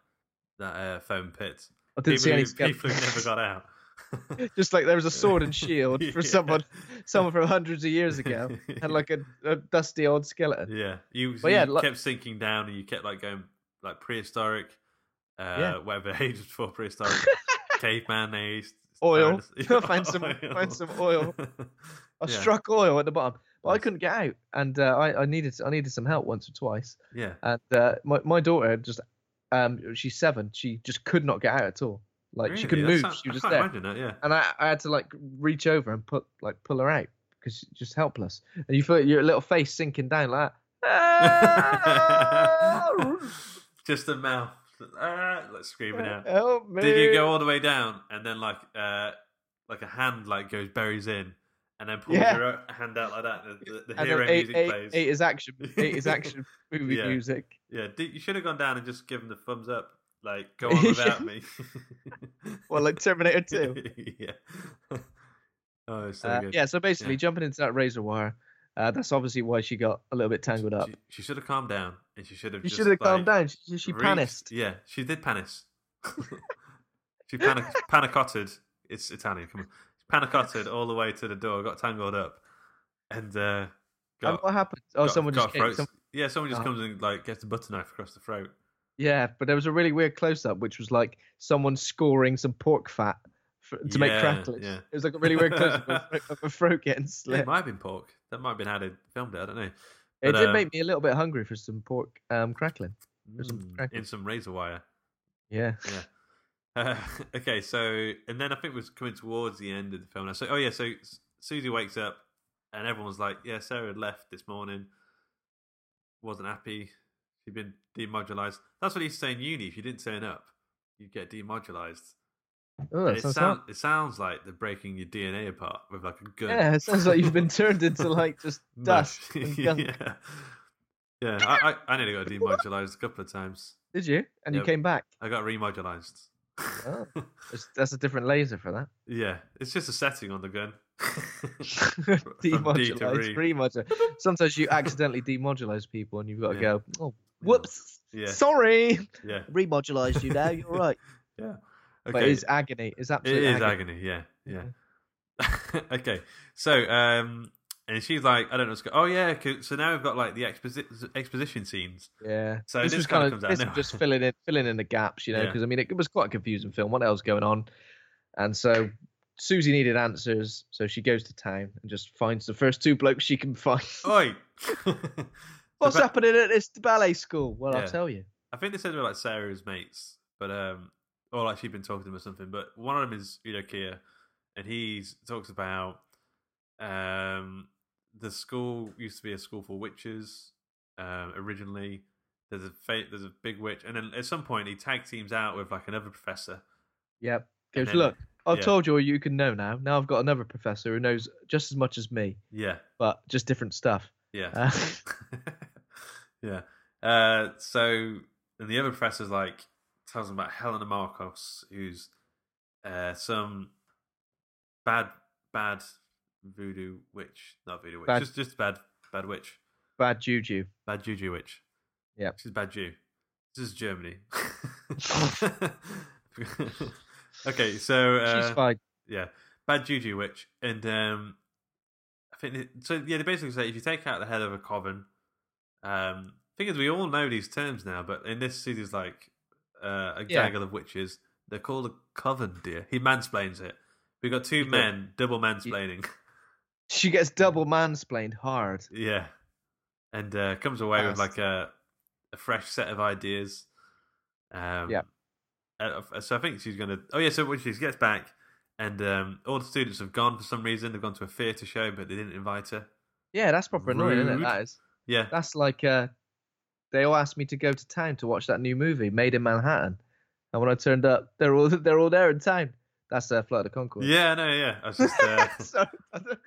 S2: that uh, foam pit?
S3: I didn't
S2: people
S3: see any
S2: who,
S3: skeletons.
S2: People who never got out.
S3: just like there was a sword and shield for someone, someone from hundreds of years ago, and like a, a dusty old skeleton.
S2: Yeah. You,
S3: But
S2: you
S3: yeah, like-
S2: kept sinking down, and you kept like going like prehistoric, uh,
S3: Yeah.
S2: whatever age was before prehistoric, caveman age.
S3: Oil.
S2: dinosaur-
S3: Find some-
S2: oil.
S3: find some oil. I
S2: Yeah.
S3: struck oil at the bottom, but I couldn't get out, and uh, I, I needed I needed some help once or twice.
S2: Yeah.
S3: And uh, my my daughter just, um, she's seven. She just could not get out at all. Like she could
S2: Really? That
S3: move.
S2: sounds-
S3: she was
S2: I
S3: just
S2: can't
S3: there.
S2: imagine that, yeah.
S3: And I, I had to like reach over and put like pull her out because she's just helpless. And you feel your little face sinking down like. that.
S2: Just the mouth, ah, like screaming out.
S3: Help
S2: Did you
S3: me.
S2: go all the way down and then like uh like a hand like goes buries in and then pulls
S3: Yeah.
S2: your hand out like that? The, the, the
S3: And
S2: hero
S3: then eight,
S2: music
S3: eight,
S2: plays.
S3: eight is action. Eight is action movie
S2: Yeah.
S3: music.
S2: Yeah, d- you should have gone down and just given the thumbs up. Like, go on without me.
S3: Well, like Terminator Two.
S2: yeah. Oh, it's so
S3: Uh,
S2: good.
S3: yeah, so basically jumping into that razor wire, uh, that's obviously why she got a little bit tangled up.
S2: She should have calmed down, and she should have.
S3: You
S2: just,
S3: should have calmed
S2: like,
S3: down. She, she
S2: reached-
S3: panicked.
S2: Yeah, she did panic. she panic panicotted. It's Italian. Come on, panicotted all the way to the door, got tangled up, and uh, got.
S3: And what happened? Oh,
S2: got-
S3: someone
S2: got
S3: just came.
S2: throat-
S3: some-
S2: Yeah, someone just
S3: Oh.
S2: comes and like gets a butter knife across the throat.
S3: Yeah, but there was a really weird close up, which was like someone scoring some pork fat for, to
S2: Yeah,
S3: make cracklings.
S2: yeah.
S3: It was like a really weird close up of a throat getting slit.
S2: It might have been pork. That might have been added filmed it. I don't know.
S3: It
S2: But,
S3: did
S2: uh,
S3: make me a little bit hungry for some pork um, crackling. For some
S2: Mm,
S3: crackling.
S2: in some razor wire.
S3: Yeah.
S2: Yeah. Uh, okay, so and then I think it was coming towards the end of the film. And I say, oh yeah, so S- Susie wakes up, and everyone's like, "Yeah, Sarah had left this morning. Wasn't happy. She'd been demodulized. That's what he's saying. Uni, if you didn't turn up, you'd get demodulized.
S3: Oh,
S2: And
S3: that
S2: it
S3: sounds
S2: sounds it sounds like they're breaking your DNA apart with like a gun.
S3: Yeah, it sounds like you've been turned into like just
S2: Mush.
S3: dust. and gunk.
S2: yeah, yeah. I, I I nearly got demodulized a couple of times.
S3: Did you? And you
S2: Yeah,
S3: came back.
S2: I got remodulized.
S3: Oh, that's- that's a different laser for that.
S2: Yeah, it's just a setting on the gun. E.
S3: Demodulized, remodulized. Sometimes you accidentally demodulize people, and you've got to
S2: Yeah.
S3: go. Oh, whoops.
S2: Yeah.
S3: Sorry.
S2: Yeah.
S3: Remodulized you now. You're right.
S2: Yeah.
S3: But
S2: Okay.
S3: it's agony. It's
S2: It
S3: absolute
S2: is
S3: agony.
S2: agony. Yeah, yeah. okay, so um, and she's like, I don't know. What's go- oh yeah, 'cause- so now we've got like the exposi- exposition scenes.
S3: Yeah.
S2: So
S3: this,
S2: this,
S3: was
S2: kind of
S3: kinda-
S2: comes out
S3: this
S2: now.
S3: was just filling in filling in the gaps, you know,
S2: Yeah.
S3: because I mean it was quite a confusing film. What else going on? And so Susie needed answers, so she goes to town and just finds the first two blokes she can find.
S2: Oi.
S3: What's happening at this ballet school? Well,
S2: Yeah.
S3: I'll tell you.
S2: I think they said they were like Sarah's mates, but um, or like she'd been talking to him or something. But one of them is Udo Kier, and he talks about um, the school used to be a school for witches um, originally. There's a fa- there's a big witch, and then at some point he tag teams out with like another professor.
S3: Yep.
S2: And
S3: Goes,
S2: then-
S3: look, I've
S2: yeah.
S3: told you all you can know now. Now I've got another professor who knows just as much as me,
S2: Yeah,
S3: but just different stuff.
S2: yeah,
S3: Uh,
S2: yeah. Uh, so and the other professor's like tells him about Helena Marcos, who's uh, some bad bad voodoo witch, not voodoo witch,
S3: Bad-
S2: just just bad bad witch,
S3: bad juju.
S2: bad juju witch.
S3: Yeah.
S2: she's a bad Jew. This is Germany. okay, so uh,
S3: She's fine.
S2: yeah, bad juju witch, and um, I think it, so. Yeah, they basically say if you take out the head of a coven, um, thing is we all know these terms now, but in this series, like uh, a
S3: Yeah.
S2: gaggle of witches, they're called a coven, dear. He mansplains it. We got two men, double mansplaining.
S3: She gets double mansplained hard.
S2: yeah, and uh, comes away with like a a fresh set of ideas. Um,
S3: Yeah.
S2: uh, uh, so I think she's gonna. Oh yeah, so when she gets back, and um, all the students have gone for some reason. They've gone to a theatre show, but they didn't invite her.
S3: Yeah, that's proper annoying, isn't
S2: Rude.
S3: it? That is.
S2: Yeah,
S3: That's like uh, they all asked me to go to town to watch that new movie, Made in Manhattan. And when I turned up, they're all they're all there in town. That's uh, Flight of the Concord.
S2: yeah, no, yeah. I was just, uh,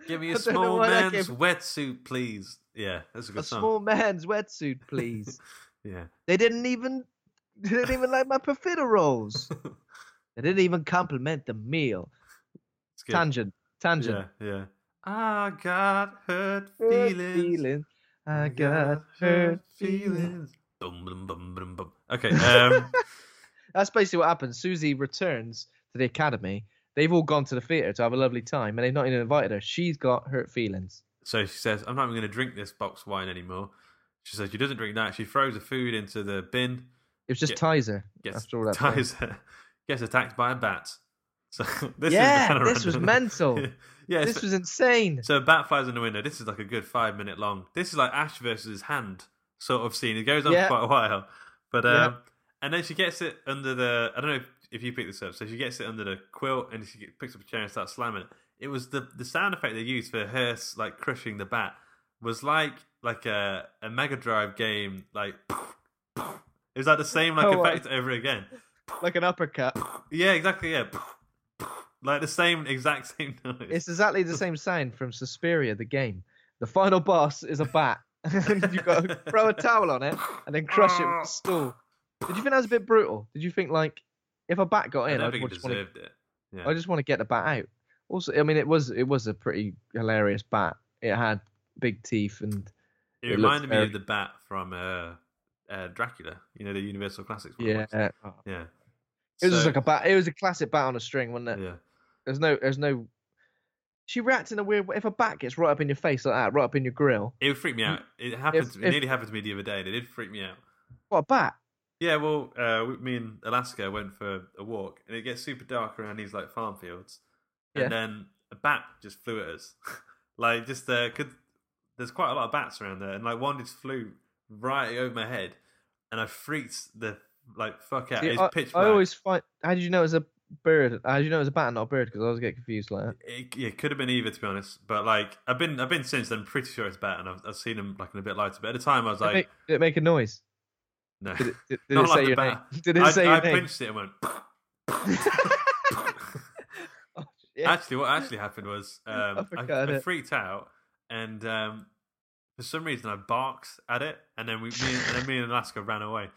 S2: give me a
S3: I don't know
S2: small
S3: why that
S2: man's
S3: came-
S2: wetsuit, please. Yeah, that's a good
S3: a
S2: song.
S3: small man's wetsuit, please.
S2: Yeah,
S3: they didn't even they didn't even like my profiteroles. they didn't even compliment the meal.
S2: it's good.
S3: Tangent, tangent.
S2: Yeah, yeah. I got hurt
S3: Hurt
S2: feelings.
S3: feeling. I got hurt feelings.
S2: Bum, bum, bum, bum, bum. Okay. Um,
S3: That's basically what happens. Susie returns to the academy. They've all gone to the theater to have a lovely time, and they've not even invited her. She's got hurt feelings.
S2: so she says, "I'm not even going to drink this box wine anymore." She says she doesn't drink that. She throws the food into the bin.
S3: It was just
S2: Get-
S3: ties her.
S2: Gets
S3: after all that time.
S2: ties her- gets attacked by a bat. So this is
S3: yeah,
S2: kinda
S3: this was
S2: random.
S3: mental.
S2: yeah,
S3: this
S2: it's-
S3: was insane.
S2: So a bat flies in the window. This is like a good five minute long. This is like Ash versus his hand sort of scene. It goes on
S3: Yeah.
S2: for quite a while, but um,
S3: Yeah.
S2: and then she gets it under the. I don't know if, if you picked this up. So she gets it under the quilt and she picks up a chair and starts slamming it. It was the the sound effect they used for her like crushing the bat was like like a a Mega Drive game like. It was like the same like
S3: Oh, wow.
S2: effect over again.
S3: Like an uppercut.
S2: Yeah, exactly. Yeah, like the same exact same noise.
S3: It's exactly the same sound from Suspiria, the game. The final boss is a bat. You've got to throw a towel on it and then crush it with a stool. Did you think that was a bit brutal? Did you think, like, if a bat got
S2: I
S3: in,
S2: don't
S3: I'd
S2: think it
S3: just want to
S2: deserved it. Yeah.
S3: I just want to get the bat out. Also, I mean, it was it was a pretty hilarious bat. It had big teeth and
S2: It,
S3: It looks
S2: reminded me
S3: very-
S2: of the bat from uh, uh, Dracula. You know the Universal Classics. One
S3: yeah, it
S2: yeah. Ah,
S3: was just
S2: So-
S3: like a bat. It was a classic bat on a string, wasn't it?
S2: yeah,
S3: There's no, there's no. She reacts in a weird way. If a bat gets right up in your face like that, right up in your grill,
S2: it would freak
S3: Mm.
S2: me out. It happened.
S3: If-
S2: to me, it
S3: if-
S2: nearly happened to me the other day. and It did freak me out.
S3: what a bat!
S2: Yeah, well, uh, we- me and Alaska went for a walk, and it gets super dark around these like farm fields, and
S3: Yeah.
S2: then a bat just flew at us. like, just uh, could there's quite a lot of bats around there, and like one just flew right over my head, and I freaked the like fuck out.
S3: See,
S2: It's
S3: I,
S2: pitch
S3: I
S2: black.
S3: always find. How did you know it was a bird. As you know, it was a bat, not a bird, because I always get confused like that.
S2: It, yeah, it could have been either to be honest, but like I've been I've been since then pretty sure it's better, and I've, I've seen him like in a bit lighter. But at the time I was
S3: Did it
S2: like,
S3: make, did it make a noise?
S2: no,
S3: Did it, did, did
S2: not
S3: it
S2: like
S3: say
S2: the
S3: your
S2: bat.
S3: name? Did it
S2: I,
S3: say
S2: I
S3: your name?
S2: pinched it and went. Actually, what actually happened was um, I,
S3: forgot
S2: I
S3: it.
S2: freaked out, and um, for some reason I barked at it, and then we, me, and and then me and Alaska ran away.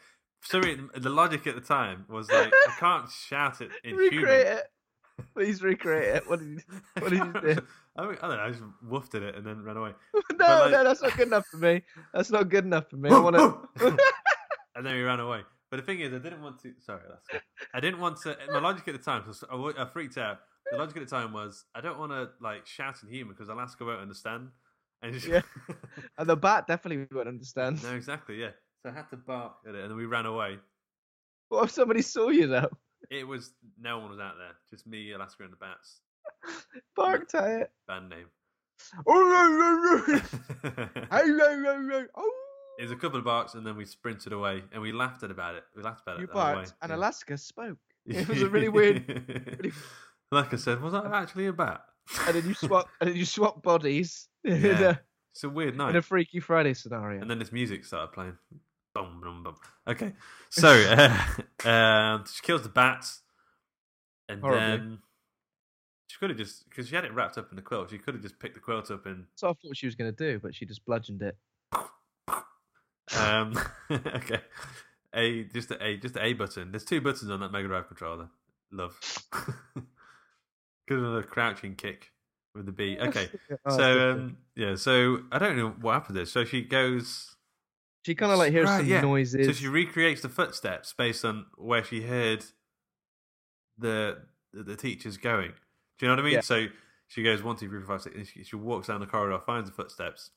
S2: For some reason, the logic at the time was like I can't shout it in human.
S3: recreate it. Please recreate it. What did you, what did you do?
S2: I, mean, I don't know. I just woofed at it and then ran away.
S3: No,
S2: like-
S3: no, that's not good enough for me. That's not good enough for me. I want to.
S2: and then we ran away. But the thing is, I didn't want to. Sorry, that's good. I didn't want to. My logic at the time, so I wa- I freaked out. The logic at the time was, I don't want to like shout in human because Alaska won't understand. And she,
S3: Yeah. And the bat definitely won't understand.
S2: no, exactly, yeah. So I had to bark at it, and then we ran away.
S3: What if somebody saw you though?
S2: It was no one was out there, just me, Alaska, and the bats.
S3: Barked at it.
S2: Band name. Oh, Oh. It was a couple of barks, and then we sprinted away, and we laughed at about it. We laughed about
S3: You
S2: it. the whole
S3: barked,
S2: way,
S3: and
S2: yeah.
S3: Alaska spoke. It was a really weird. really-
S2: Like I said, was that actually a bat?
S3: and then you swap. And then you swap bodies. in,
S2: Yeah.
S3: a,
S2: it's a weird
S3: in a
S2: night.
S3: Freaky Friday scenario.
S2: And then this music started playing. Bum, bum, bum. Okay, so uh, um, she kills the bats, and
S3: Horribly.
S2: then she could have just because she had it wrapped up in the quilt. She could have just picked the quilt up and
S3: So I thought she was going to do, but she just bludgeoned it.
S2: um, okay, a just a, a just the a button. There's two buttons on that Mega Drive controller. Love. Good another crouching kick with the B. Okay,
S3: Oh,
S2: so
S3: that's
S2: um, yeah, so I don't know what happened there. So she goes.
S3: She kind of like hears
S2: Right,
S3: some
S2: yeah.
S3: noises.
S2: So she recreates the footsteps based on where she heard the the, the teacher's going. Do you know what I mean?
S3: Yeah.
S2: So she goes one, two, three, four, five, six, and she, she walks down the corridor, finds the footsteps,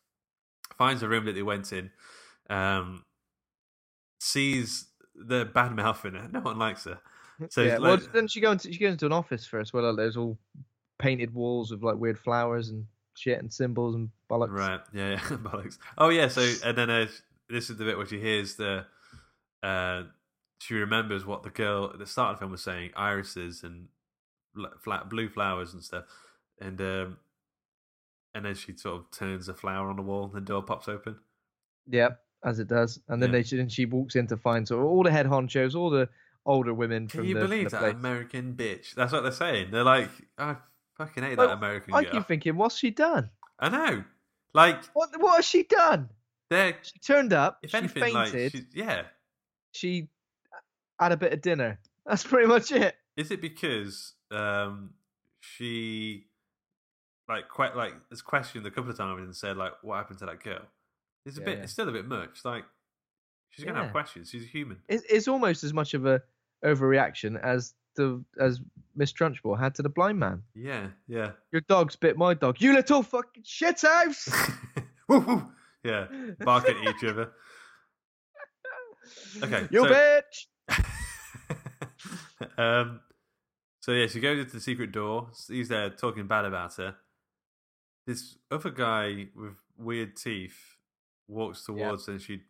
S2: finds the room that they went in, um, sees the bad mouth in her. No one likes her. So
S3: yeah.
S2: yeah,
S3: Well, then she go into she goes into an office first where like, there's all painted walls with like weird flowers and shit and symbols and bollocks.
S2: Right. Yeah. yeah. Bollocks. Oh yeah. So and then uh, this is the bit where she hears the. Uh, she remembers what the girl at the start of the film was saying: irises and bl- flat blue flowers and stuff, and um, and then she sort of turns a flower on the wall, and the door pops open.
S3: Yep, as it does. And then
S2: Yeah.
S3: they she, then she walks in to find sort of all the head honchos, all the older women
S2: Can
S3: from
S2: you
S3: the, from
S2: believe
S3: the
S2: that
S3: place.
S2: American bitch? That's what they're saying. They're like, I fucking hate
S3: Like,
S2: that American
S3: I
S2: girl.
S3: keep thinking, what's she done?
S2: I know. Like
S3: What what has she done?
S2: they're
S3: She turned up.
S2: if
S3: she
S2: anything like
S3: fainted.
S2: she's, yeah.
S3: She had a bit of dinner. That's pretty much it.
S2: Is it because um she like quite like has questioned a couple of times and said like what happened to that girl? It's a
S3: Yeah,
S2: bit
S3: yeah.
S2: it's still a bit much. Like she's gonna
S3: Yeah.
S2: have questions. She's a human.
S3: It's, it's almost as much of a overreaction as the as Miss Trunchbull had to the blind man.
S2: Yeah, yeah.
S3: Your dog's bit my dog. You little fucking shit house.
S2: woo, woo. Yeah. Barking at each other. Okay.
S3: You
S2: so-
S3: bitch.
S2: um, so yeah, she goes into the secret door. He's there talking bad about her. This other guy with weird teeth walks towards, her and she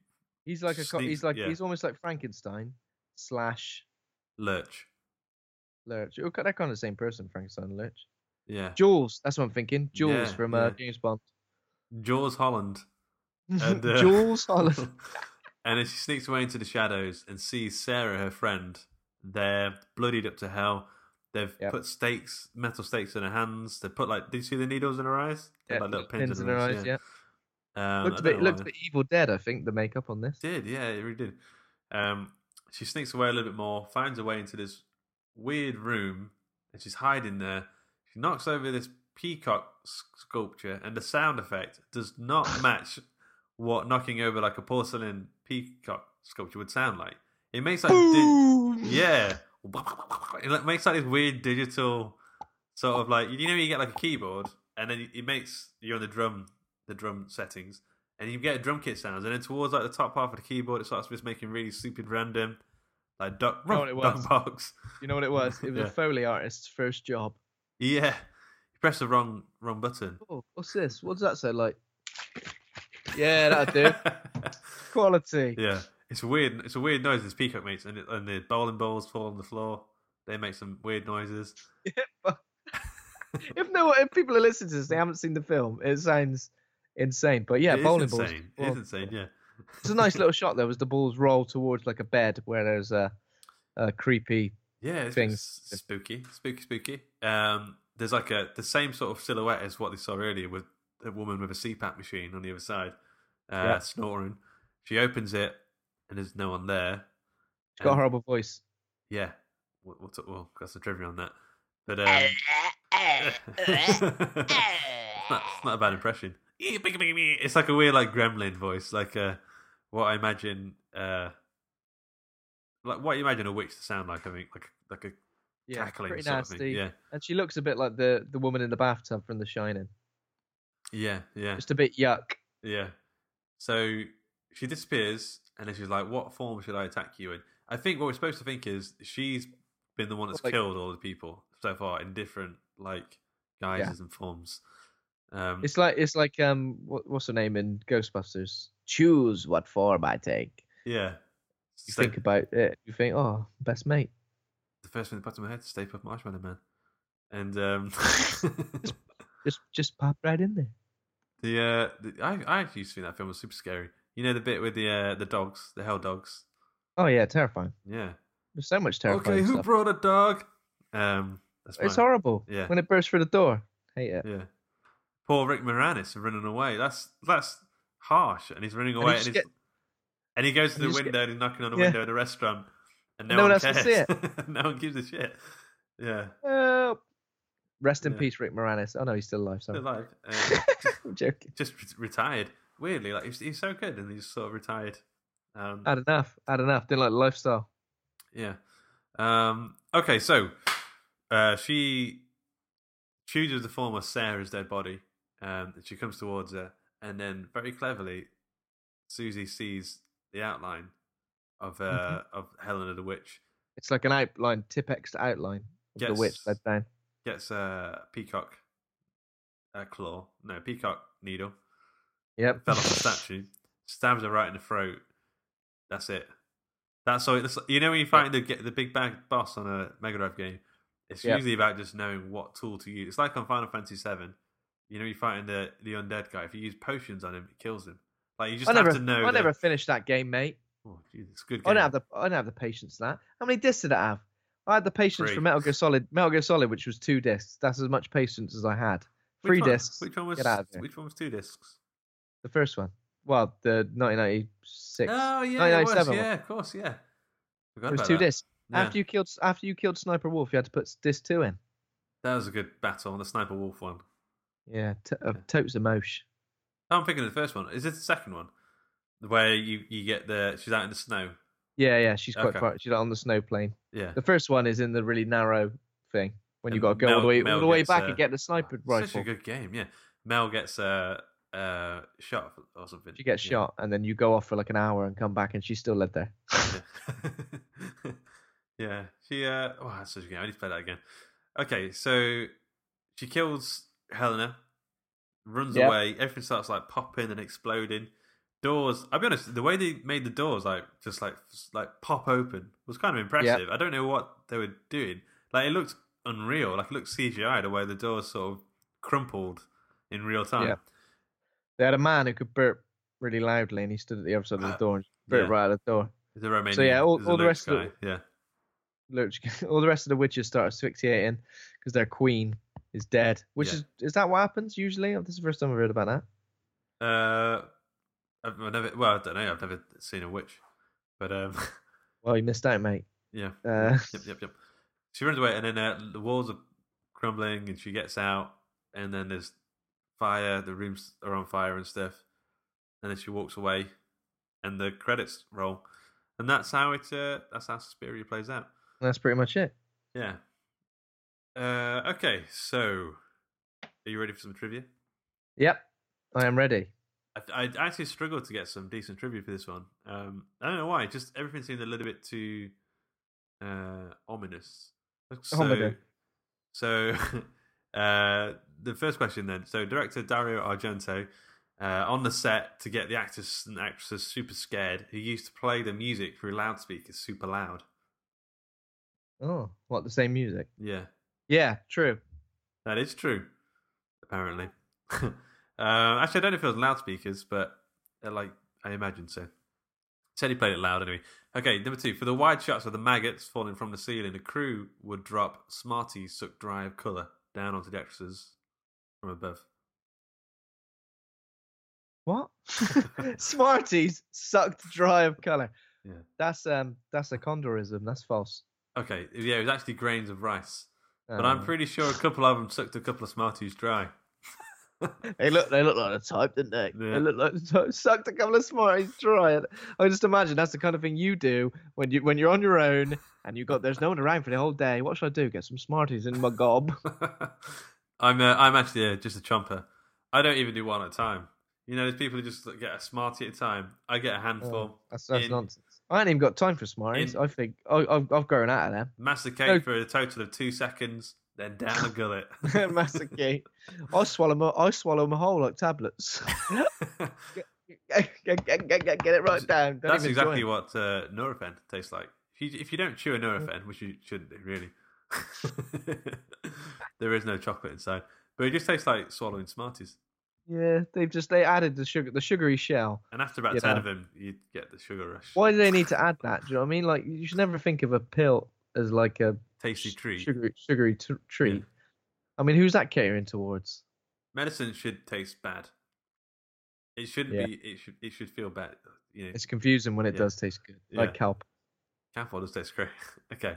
S3: He's like a co-
S2: Sneaks-
S3: he's like
S2: yeah.
S3: he's almost like Frankenstein slash
S2: lurch.
S3: Lurch. Oh, They're kind of the same person, Frankenstein and Lurch.
S2: Yeah,
S3: Jules. That's what I'm thinking. Jules
S2: Yeah,
S3: from uh,
S2: yeah.
S3: James Bond.
S2: Jaws Holland. And, uh,
S3: Jules Holland.
S2: and as she sneaks away into the shadows and sees Sarah, her friend, they're bloodied up to hell. They've
S3: Yep.
S2: put stakes, metal stakes in her hands. They put like, did you see the needles in her eyes? They're
S3: Yeah,
S2: like little
S3: pins in her eyes. Yeah.
S2: yeah. Um, I
S3: Looks a
S2: don't
S3: bit
S2: know
S3: looks
S2: why.
S3: a bit Evil Dead. I think the makeup on this.
S2: It did, yeah, it really did. Um, she sneaks away a little bit more, finds her way into this weird room, and she's hiding there. She knocks over this peacock s- sculpture, and the sound effect does not match what knocking over like a porcelain peacock sculpture would sound like. It makes like di- yeah, it like, makes like this weird digital sort of like you know you get like a keyboard, and then it makes you're on the drum the drum settings, and you get drum kit sounds, and then towards like the top half of the keyboard, it starts just making really stupid random, like duck,
S3: know what it
S2: duck
S3: was?
S2: box.
S3: You know what it was? It was
S2: Yeah.
S3: a Foley artist's first job.
S2: Yeah, you press the wrong wrong button.
S3: Oh, what's this? What does that say? Like, yeah, that'll do. Quality.
S2: yeah, it's weird. It's a weird noise. This peacock makes, and it, and the bowling balls fall on the floor. They make some weird noises.
S3: if no, if people are listening to this, they haven't seen the film. It sounds insane, but yeah,
S2: It is
S3: bowling balls.
S2: insane. It is insane. Yeah.
S3: It's a nice little shot there. Was the balls roll towards like a bed where there's a, a creepy
S2: Yeah, it's
S3: thing.
S2: s- spooky, spooky, spooky. Um, there's like a the same sort of silhouette as what they saw earlier with a woman with a CPAP machine on the other side, uh,
S3: Yeah.
S2: snoring. She opens it and there's no one there.
S3: It's got a
S2: And-
S3: horrible voice.
S2: Yeah, we'll, we'll, talk, well got some trivia on that. But um, it's, not, it's not a bad impression. It's like a weird like gremlin voice, like uh, what I imagine, uh, like what you imagine a witch to sound like. I think like like a
S3: Yeah,
S2: cackling
S3: pretty
S2: sort
S3: nasty.
S2: of thing. Yeah,
S3: and she looks a bit like the the woman in the bathtub from The Shining.
S2: yeah, yeah.
S3: Just a bit yuck.
S2: Yeah. So she disappears, and then she's like, "What form should I attack you in?" I think what we're supposed to think is she's been the one that's
S3: Like-
S2: killed all the people so far in different like guises and forms. Um,
S3: It's like it's like um what, what's her name in Ghostbusters? Choose what form I take.
S2: yeah.
S3: You
S2: Stay-
S3: think about it. You think, oh, best mate.
S2: the first thing that popped in my head: Stay Puft Marshmallow Man, and um,
S3: Just just pop right in there.
S2: the, uh, the I I actually used to think that film was super scary. You know the bit with the uh, the dogs, the hell dogs.
S3: Oh yeah, terrifying.
S2: Yeah.
S3: There's so much terrifying
S2: okay, who
S3: stuff.
S2: brought a dog? Um, that's
S3: it's
S2: mine.
S3: horrible.
S2: Yeah.
S3: When it bursts through the door. uh, Hate it.
S2: Yeah. Poor Rick Moranis running away. That's that's harsh. And he's running
S3: And he
S2: away and,
S3: just
S2: he's,
S3: get-
S2: and he goes to
S3: and
S2: the
S3: he just
S2: window
S3: get-
S2: and he's knocking on the
S3: Yeah.
S2: window at a restaurant and no,
S3: And no
S2: one,
S3: one else can
S2: cares.
S3: see
S2: no one gives a shit. Yeah.
S3: Help. Rest in
S2: Yeah.
S3: peace, Rick Moranis. Oh no, he's still alive. Sorry,
S2: Still alive. Um,
S3: I'm joking.
S2: just re- retired. Weirdly, like he's, he's so good and he's sort of retired. Um,
S3: Had enough. Had enough. Didn't like the lifestyle.
S2: Yeah. Um, okay, so uh, she chooses the form of Sarah's dead body. Um, and she comes towards her, and then very cleverly, Susie sees the outline of uh,
S3: Mhm.
S2: of Helena the witch.
S3: It's like an outline, Tipex outline of the witch
S2: Yes.
S3: led down.
S2: Gets a peacock, a claw, no peacock needle.
S3: Yep.
S2: Fell off the statue, stabs her right in the throat. That's it. That's all. That's, you know when you fight the the big bad boss on a Mega Drive game, it's
S3: Yeah.
S2: usually about just knowing what tool to use. It's like on Final Fantasy Seven. You know, you're fighting the the undead guy. If you use potions on him, it kills him. Like you just
S3: I
S2: have
S3: never,
S2: to know.
S3: I
S2: that-
S3: never finished that game, mate.
S2: Oh, jeez, it's a good. Game.
S3: I don't have the, I don't have the patience for that. How many discs did I have? I had the patience
S2: Three.
S3: for Metal Gear Solid, Metal Gear Solid, which was two discs. That's as much patience as I had.
S2: Which
S3: Three
S2: one-
S3: discs.
S2: Which one was?
S3: Get out of here.
S2: Which one was two discs?
S3: The first one. Well, the 1996.
S2: Oh yeah, it
S3: 1997
S2: was.
S3: one.
S2: Yeah, of course. Yeah. Forgot
S3: It was
S2: about
S3: two
S2: that.
S3: discs.
S2: Yeah.
S3: After you killed, after you killed Sniper Wolf, you had to put s- disc two in.
S2: That was a good battle on the Sniper Wolf one.
S3: Yeah, t- uh, totes a mosh.
S2: I'm thinking of the first one. Is it the second one? Where you, you get the she's out in the snow.
S3: Yeah, yeah, she's quite
S2: Okay.
S3: far. She's on the snow plane.
S2: Yeah.
S3: The first one is in the really narrow thing when you
S2: And
S3: got to go all
S2: Mel-
S3: the way
S2: Mel
S3: all the way
S2: gets,
S3: back
S2: uh,
S3: and get the sniper rifle.
S2: Such a good game, yeah. Mel gets uh, uh, shot or something.
S3: She gets
S2: Yeah.
S3: shot and then you go off for like an hour and come back and she's still led there.
S2: yeah, she. Uh, oh, that's such a game. I need to play that again. Okay, so she kills Helena, runs
S3: Yeah.
S2: away. Everything starts like popping and exploding. Doors. I'll be honest. The way they made the doors like just like s- like pop open was kind of impressive. I don't know what they were doing. Like it looked unreal. Like it looked CGI the way the doors sort of crumpled in real time.
S3: Yeah. They had a man who could burp really loudly and he stood at the other side of the
S2: Uh,
S3: door and burped
S2: yeah.
S3: right out of the door.
S2: The Romanian.
S3: So yeah, all-
S2: there's a
S3: all the
S2: Lurch
S3: rest of
S2: guy, yeah.
S3: Lurch, all the rest of the witches start asphyxiating because their queen is dead. Which
S2: Yeah.
S3: is is that what happens usually? This is the first time I've heard about that.
S2: Uh, I've I've never. Well, I don't know. I've never seen a witch, but um,
S3: Well, you missed out, mate.
S2: yeah.
S3: Uh,
S2: Yep, yep, yep. She runs away, and then uh, the walls are crumbling, and she gets out, and then there's fire. The rooms are on fire and stuff, and then she walks away, and the credits roll, and that's how it. Uh, that's how Suspiria plays out.
S3: that's pretty much it.
S2: Yeah. Uh, okay, so are you ready for some trivia?
S3: Yep, I am ready.
S2: I, I actually struggled to get some decent trivia for this one. Um, I don't know why. Just everything seemed a little bit too uh, ominous. So,
S3: Ominous.
S2: so uh, the first question then. So, director Dario Argento uh, on the set to get the actors and actresses super scared. He used to play the music through loudspeakers super loud.
S3: Oh, what the same music?
S2: Yeah,
S3: Yeah, true.
S2: that is true. Apparently, uh, actually, I don't know if it was loudspeakers, but uh, like I imagine so. Said he played it loud anyway. Okay, number two. For the wide shots of the maggots falling from the ceiling, the crew would drop Smarties sucked dry of colour down onto the actresses from above.
S3: What? Smarties sucked dry of color.
S2: Yeah.
S3: That's um that's a condorism. That's false.
S2: Okay, yeah, it was actually grains of rice, but I'm
S3: Oh.
S2: pretty sure a couple of them sucked a couple of Smarties dry.
S3: They look they look like the type, didn't they?
S2: Yeah.
S3: They look like the type. Sucked a couple of Smarties dry. I just imagine that's the kind of thing you do when you when you're on your own and you got there's no one around for the whole day. What should I do? Get some Smarties in my gob.
S2: I'm uh, I'm actually uh, just a chomper. I don't even do one at a time. You know, there's people who just like, get a smartie at a time. I get a handful.
S3: Oh, That's, that's
S2: in-
S3: nonsense. I ain't even got time for Smarties. I think I, I've I've grown out of them.
S2: Masticate
S3: No.
S2: for a total of two seconds, then down the gullet.
S3: Masticate. I swallow my I swallow my whole like tablets. get, get, get, get, get it right down. Don't
S2: That's
S3: even join.
S2: exactly
S3: Mm.
S2: what uh, Nurofen tastes like. If you, if you don't chew a Nurofen, which you shouldn't do, really, there is no chocolate inside. But it just tastes like swallowing Smarties.
S3: Yeah, they've just they added the sugar, the sugary shell.
S2: And after about
S3: You
S2: 10
S3: know.
S2: of them, you get the sugar rush.
S3: Why do they need to add that? Do you know what I mean? Like you should never think of a pill as like a
S2: Tasty treat.
S3: sugary sugary t- treat. I mean, who's that catering towards?
S2: Medicine should taste bad. It shouldn't
S3: Yeah.
S2: be. It should. It should feel bad. You know,
S3: It's confusing when it
S2: Yeah.
S3: does taste good, like
S2: Yeah.
S3: kelp.
S2: Campbell does taste great. okay.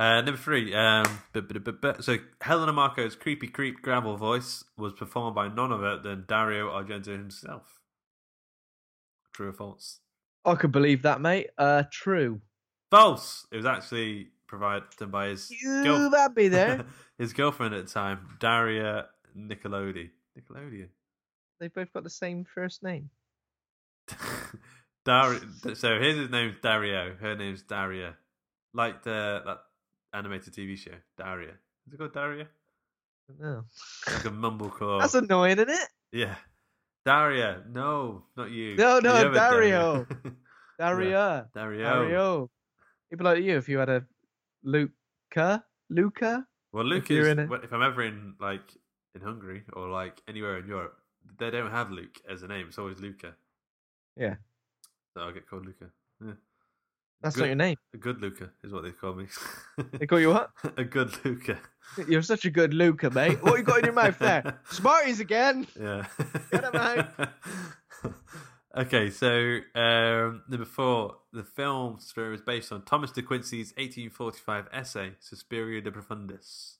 S2: Uh, number three. Um, bu- bu- bu- bu- so Helena Marco's creepy creep gravel voice was performed by none other than Dario Argento himself. True or false?
S3: I could believe that, mate. Uh, true.
S2: False. It was actually provided by his
S3: Ooh, that be there.
S2: his girlfriend at the time, Daria Nicolodi. Nickelodeon.
S3: They've both got the same first name.
S2: Dari- so here's his name's Dario. Her name's Daria. Like the that animated TV show, Daria. Is it called Daria?
S3: No,
S2: Like a mumblecore.
S3: that's annoying, isn't it?
S2: yeah. Daria. No, not you.
S3: No, no,
S2: The other
S3: Dario.
S2: Daria.
S3: Daria.
S2: Dario.
S3: Dario. It'd be like you if you had a Luca. Luca.
S2: Well,
S3: If
S2: Luke
S3: you're
S2: is.
S3: in it.
S2: well, If I'm ever in like in Hungary or like anywhere in Europe, they don't have Luke as a name. It's always Luca.
S3: Yeah,
S2: So I get called Luca. Yeah.
S3: that's
S2: Good-
S3: not your name.
S2: A good Luca is what they call me.
S3: They call you what?
S2: a good Luca.
S3: You're such a good Luca, mate. What you got in your mouth there? Smarties again.
S2: Yeah.
S3: Get 'em out.
S2: okay, so um, number four, the film Suspiria is based on Thomas De Quincey's 1845 essay Suspiria de Profundis.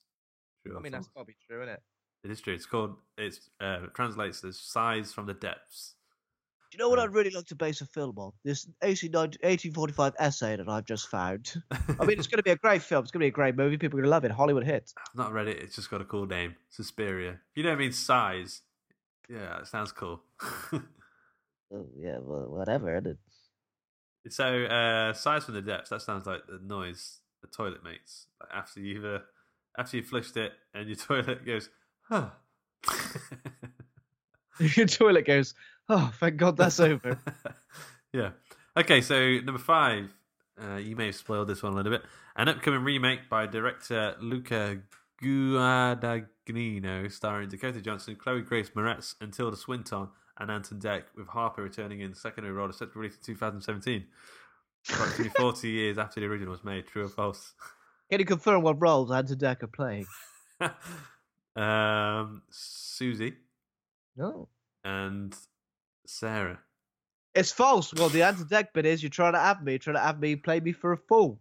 S2: True or
S3: I mean, that's
S2: false?
S3: gotta be true, isn't it?
S2: it is true. It's called. It's uh, it translates as "Sighs from the Depths."
S6: Do you know what I'd really like to base a film on? This AC 19 1845 essay that I've just found. I mean, it's going to be a great film. It's going to be a great movie. People are going to love it. Hollywood hit.
S2: I've not read it. It's just got a cool name, Suspiria. If you don't mean sighs, yeah, it sounds cool.
S6: Oh, yeah, well, whatever. isn't it?
S2: So, uh, sighs from the depths. That sounds like the noise the toilet makes like after you've uh, after you flushed it and your toilet goes. Huh.
S3: Your toilet goes. Oh, thank God that's over.
S2: yeah. Okay. So number five. Uh, you may have spoiled this one a little bit. An upcoming remake by director Luca Guadagnino, starring Dakota Johnson, Chloe Grace Moretz, and Tilda Swinton, and Anton Deck, with Harper returning in the secondary role, set to release in 2017. Approximately 40 years after the original was made. True or false?
S6: Can you confirm what roles Anton Deck are playing?
S2: Um, Susie
S3: No,
S2: and Sarah.
S6: It's false. Well, the Anton Deck bit is you're trying to have me, you're trying to have me play me for a fool.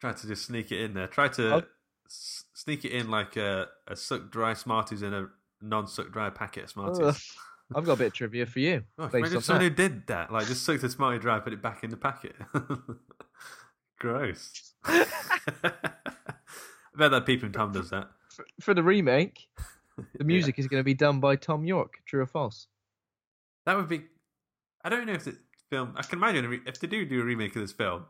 S2: Try to just sneak it in there. Try to
S6: Oh.
S2: s- sneak it in like a, a suck dry Smarties in a non suck dry packet of Smarties.
S3: Ugh. I've got a bit of trivia for you.
S2: Oh,
S3: based
S2: imagine
S3: on
S2: someone
S3: that.
S2: who did that, like just sucked a Smartie dry, put it back in the packet. Gross. I bet that Peeping Tom does that.
S3: For the remake,
S2: Yeah.
S3: the music is going to be done by Tom York. True or false?
S2: That would be. I don't know if the film. I can imagine a re- if they do do a remake of this film.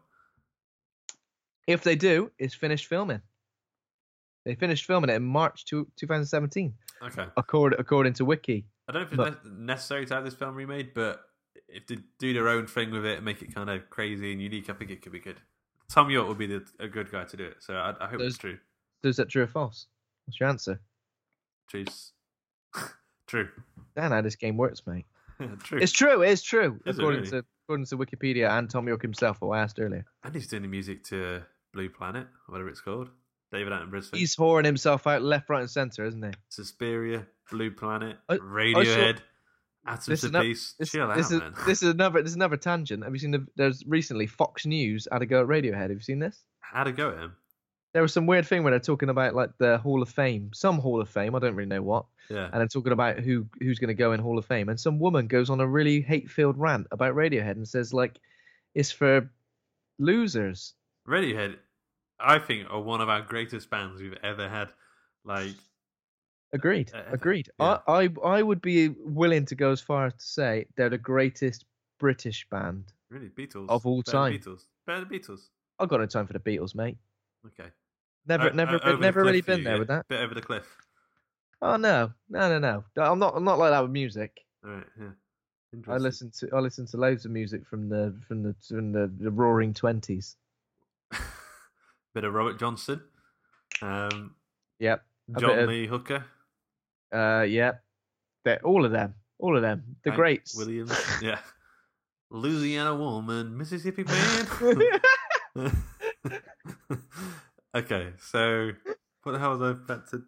S3: If they do, it's finished filming. They finished filming it in March two, 2017,
S2: Okay.
S3: according, according to Wiki.
S2: I don't know if it's
S3: But-
S2: ne- necessary to have this film remade, but if they do their own thing with it and make it kind of crazy and unique, I think it could be good. Tom York would be the, a good guy to do it. So I, I hope
S3: Those-
S2: it's true.
S3: So is that true or false? What's your answer?
S2: Jeez. true.
S3: Dan, how this game works, mate.
S2: true.
S3: It's true. It's true.
S2: Is it
S3: according
S2: really?
S3: to according to Wikipedia and Tom York himself, who I asked earlier.
S2: And he's doing the music to Blue Planet, or whatever it's called. David Attenborough's thing.
S3: He's whoring himself out left, right, and centre, isn't he?
S2: Suspiria, Blue Planet,
S3: I- I saw-
S2: Radiohead, Atoms
S3: is
S2: of
S3: ano-
S2: Peace.
S3: this-
S2: Chill
S3: this
S2: out,
S3: is
S2: man.
S3: this is another this is another tangent. Have you seen the? There's recently Fox News had a go at Radiohead. Have you seen this?
S2: Had a go at him.
S3: There was some weird thing where they're talking about like the Hall of Fame, some Hall of Fame. I don't really know what.
S2: Yeah.
S3: And they're talking about who who's going to go in Hall of Fame, and some woman goes on a really hate-filled rant about Radiohead and says like, it's for losers.
S2: Radiohead, I think, are one of our greatest bands we've ever had. Like,
S3: Agreed.
S2: uh,
S3: Agreed. I, I I would be willing to go as far as to say they're the greatest British band.
S2: really, Beatles.
S3: Of all
S2: Better than
S3: time.
S2: Beatles. Better than Beatles.
S3: I've got no time for the Beatles, mate.
S2: Okay.
S3: Never
S2: O-
S3: never
S2: o- over the
S3: never really
S2: cliff for
S3: been
S2: you,
S3: there
S2: yeah.
S3: with that.
S2: Bit over the cliff.
S3: Oh no, no, no, no. No, I'm not. I'm not like that with music.
S2: All right, yeah.
S3: I
S2: Interesting.
S3: listen to I listen to loads of music from the from the from the, the Roaring Twenties.
S2: Bit of Robert Johnson. Um,
S3: Yep. A
S2: John
S3: bit of-
S2: Lee Hooker.
S3: Uh, yep. They're all of them. All of them. The
S2: Hank
S3: greats.
S2: Williams. yeah. Louisiana woman, Mississippi man. okay, so what the hell was I about to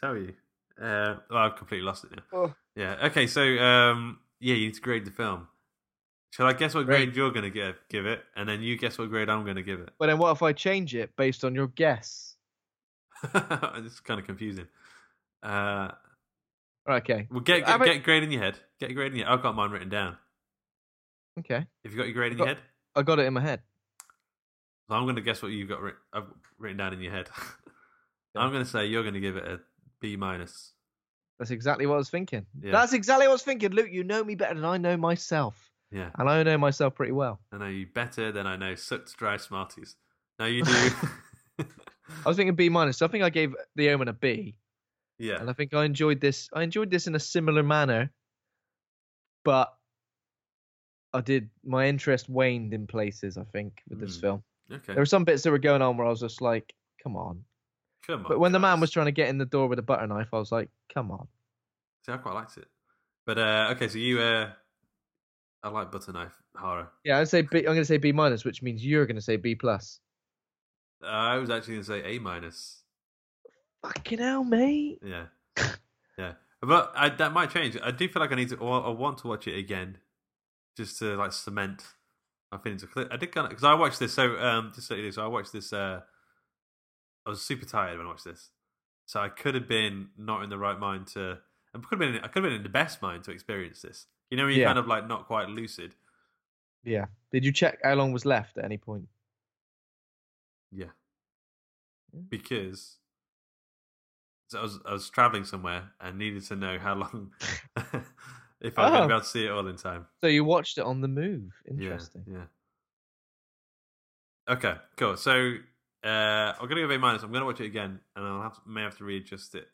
S2: tell you? Uh, well, I've completely lost it now.
S3: Oh.
S2: Yeah. Okay, so um, yeah, you need to grade the film. Shall I guess what grade you're going to give give it, and then you guess what grade I'm going to give it?
S3: But then what if I change it based on your guess?
S2: it's kind of confusing. Uh,
S3: Okay.
S2: well, get
S3: Have
S2: get,
S3: it-
S2: get a grade in your head. Get a grade in your. I've got mine written down.
S3: Okay.
S2: Have you got your grade in
S3: Got-
S2: your head?
S3: I got it in my head.
S2: So I'm going to guess what you've got writ- I've written down in your head. I'm going to say you're going to give it a B minus.
S3: That's exactly what I was thinking.
S2: Yeah.
S3: That's exactly what I was thinking. Luke, you know me better than I know myself.
S2: Yeah.
S3: And I know myself pretty well.
S2: I know you better than I know sucked dry Smarties. No, you do.
S3: I was thinking B minus. So I think I gave the Omen a B.
S2: yeah.
S3: and I think I enjoyed this. I enjoyed this in a similar manner, but I did. My interest waned in places. I think with this
S2: Hmm.
S3: film,
S2: Okay.
S3: there were some bits that were going on where I was just like, "Come on!"
S2: Come on.
S3: but when the man
S2: guys.
S3: was trying to get in the door with a butter knife, I was like, "Come on!"
S2: See, I quite liked it. But, uh, okay, so you. Uh, I like butter knife horror.
S3: Yeah, I'd say B. I'm going to say B minus, which means you're going to say B plus.
S2: Uh, I was actually going to say A minus.
S3: Fucking hell, mate!
S2: Yeah, yeah, but I, that might change. I do feel like I need to, or I want to watch it again, just to like cement my feelings. 'Cause I did kind of because I watched this. So um, just so you know, so I watched this. Uh, I was super tired when I watched this, so I could have been not in the right mind to. I could have been. I could have been in the best mind to experience this. You know, when you're
S3: Yeah.
S2: kind of like not quite lucid.
S3: Yeah. Did you check how long was left at any point?
S2: Yeah. Because so I was I was traveling somewhere and needed to know how long if I was going to
S3: Oh.
S2: be able to see it all in time.
S3: So you watched it on the move.
S2: Yeah,
S3: Interesting.
S2: Yeah. Okay. Cool. So uh, I'm gonna give it a minus. I'm gonna watch it again, and I'll have to, may have to readjust it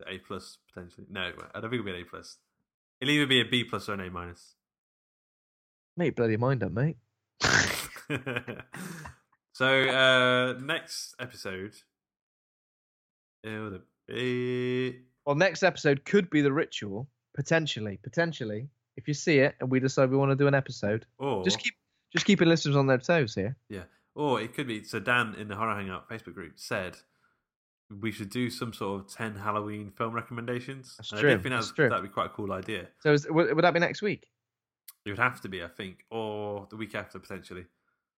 S2: to A plus potentially. No, I don't think it'll be an A plus. It'll either be a B plus or an A minus.
S3: Mate, bloody mind up, mate.
S2: so uh, next episode, it'll be
S3: Well, next episode could be the ritual, potentially, potentially. If you see it and we decide we want to do an episode,
S2: or
S3: just keep just keeping listeners on their toes here.
S2: Yeah. Or it could be so Dan in the Horror Hangout Facebook group said we should do some sort of ten Halloween film recommendations.
S3: That's
S2: And I
S3: true,
S2: do think
S3: that's
S2: that's-
S3: true.
S2: that'd be quite a cool idea.
S3: So is, would, would that be next week?
S2: It would have to be, I think, or the week after potentially.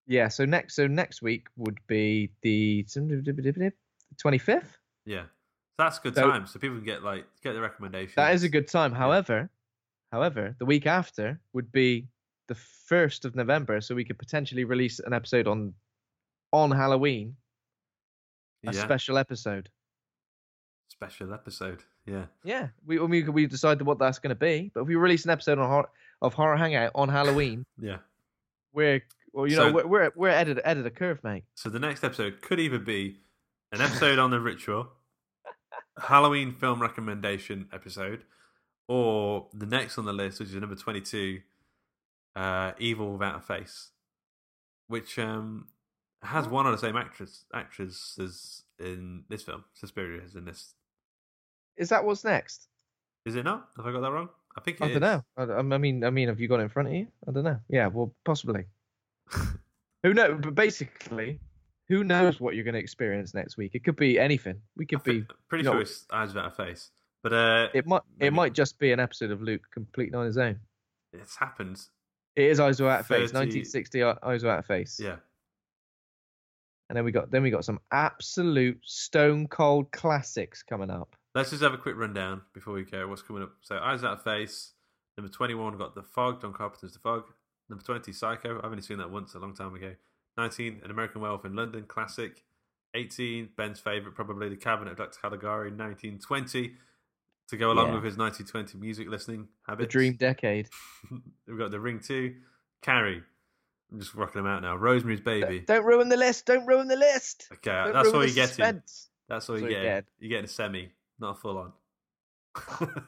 S3: Yeah. So next so next week would be the twenty fifth.
S2: Yeah. So that's a good
S3: So-
S2: time. So people can get like get the recommendations.
S3: That is a good time. However, however, the week after would be the first of November, so we could potentially release an episode on on Halloween, a
S2: Yeah.
S3: special episode.
S2: special episode. Yeah.
S3: Yeah, we I mean, we could- we decide what that's going to be. But if we release an episode on horror, of horror hangout on Halloween,
S2: Yeah.
S3: we're well, you
S2: So-
S3: know we're we're, we're ahead, of, ahead of the curve, mate.
S2: So the next episode could either be an episode on the ritual, a Halloween film recommendation episode, or the next on the list, which is number twenty-two, uh, "Evil Without a Face," which um,
S3: Oh.
S2: has one of the same actress actresses in this film. Suspiria is in this.
S3: Is that what's next?
S2: Is it not? Have I got that wrong? I think it
S3: I don't
S2: is.
S3: know. I, I mean, I mean, have you got it in front of you? I don't know. Yeah, well, possibly. who knows? But basically, who knows what you're going to experience next week? It could be anything. We could be
S2: Pretty
S3: you know,
S2: sure it's Eyes Without a Face, but uh,
S3: it might it might just be an episode of Luke completely on his own.
S2: it's happened.
S3: It is Eyes Without a Face,
S2: 30
S3: 1960 Eye- Eyes Without a Face.
S2: Yeah.
S3: And then we got then we got some absolute stone cold classics coming up.
S2: Let's just have a quick rundown before we go. What's coming up? So Eyes Out of Face. Number twenty-one got The Fog. Don Carpenter's The Fog. Number twenty, Psycho. I've only seen that once a long time ago. Nineteen, An American Werewolf in London, classic. Eighteen, Ben's favorite, probably The Cabinet of Dr. Caligari. Nineteen twenty, to go along
S3: Yeah.
S2: with his nineteen twenty music listening habits.
S3: The Dream Decade.
S2: We've got The Ring Two, Carrie. I'm just rocking them out now. Rosemary's Baby.
S3: Don't ruin the list. Don't ruin the list.
S2: Okay, uh,
S3: Don't
S2: that's
S3: ruin
S2: all
S3: the
S2: you're getting.
S3: suspense.
S2: That's all
S3: So
S2: you're
S3: you're
S2: getting.
S3: dead.
S2: You're getting a semi, not a full on.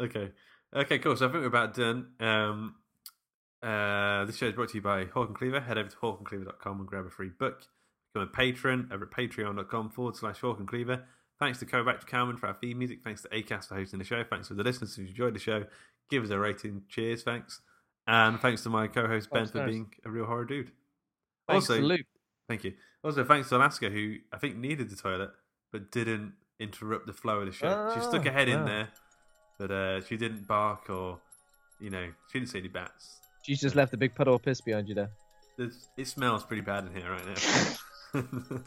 S2: okay. Okay, cool. So I think we're about done. Um, uh, this show is brought to you by Hawk and Cleaver. Head over to hawkandcleaver.com and grab a free book. Become a patron over at patreon.com forward slash Hawk and Cleaver. Thanks to Kovac Cowman for our theme music. Thanks to ACAST for hosting the show. Thanks to the listeners who enjoyed the show. Give us a rating. Cheers. Thanks. And thanks to my co host Ben
S3: Thanks,
S2: for
S3: guys.
S2: being a real horror dude.
S3: Thanks to Luke.
S2: Thank you. Also, thanks to Alaska, who I think needed the toilet but didn't interrupt the flow of the show. she stuck her
S3: Ah,
S2: head in
S3: wow.
S2: there, but uh, she didn't bark or, you know, she didn't see any bats.
S3: She's just left a big puddle of piss behind you there.
S2: There's, it smells pretty bad in here right now.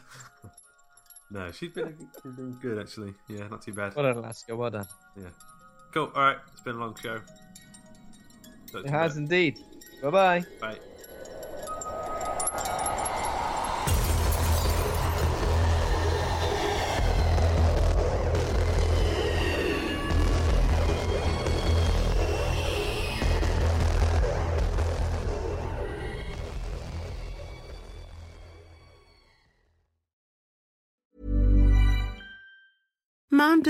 S2: no, she's been, she's been good actually. Yeah, not too bad.
S3: Well done, Alaska. Well done.
S2: Yeah. Cool. All right. It's been a long show. Talk to
S3: It
S2: you
S3: has
S2: later.
S3: indeed. Bye bye.
S2: Bye.
S7: Mom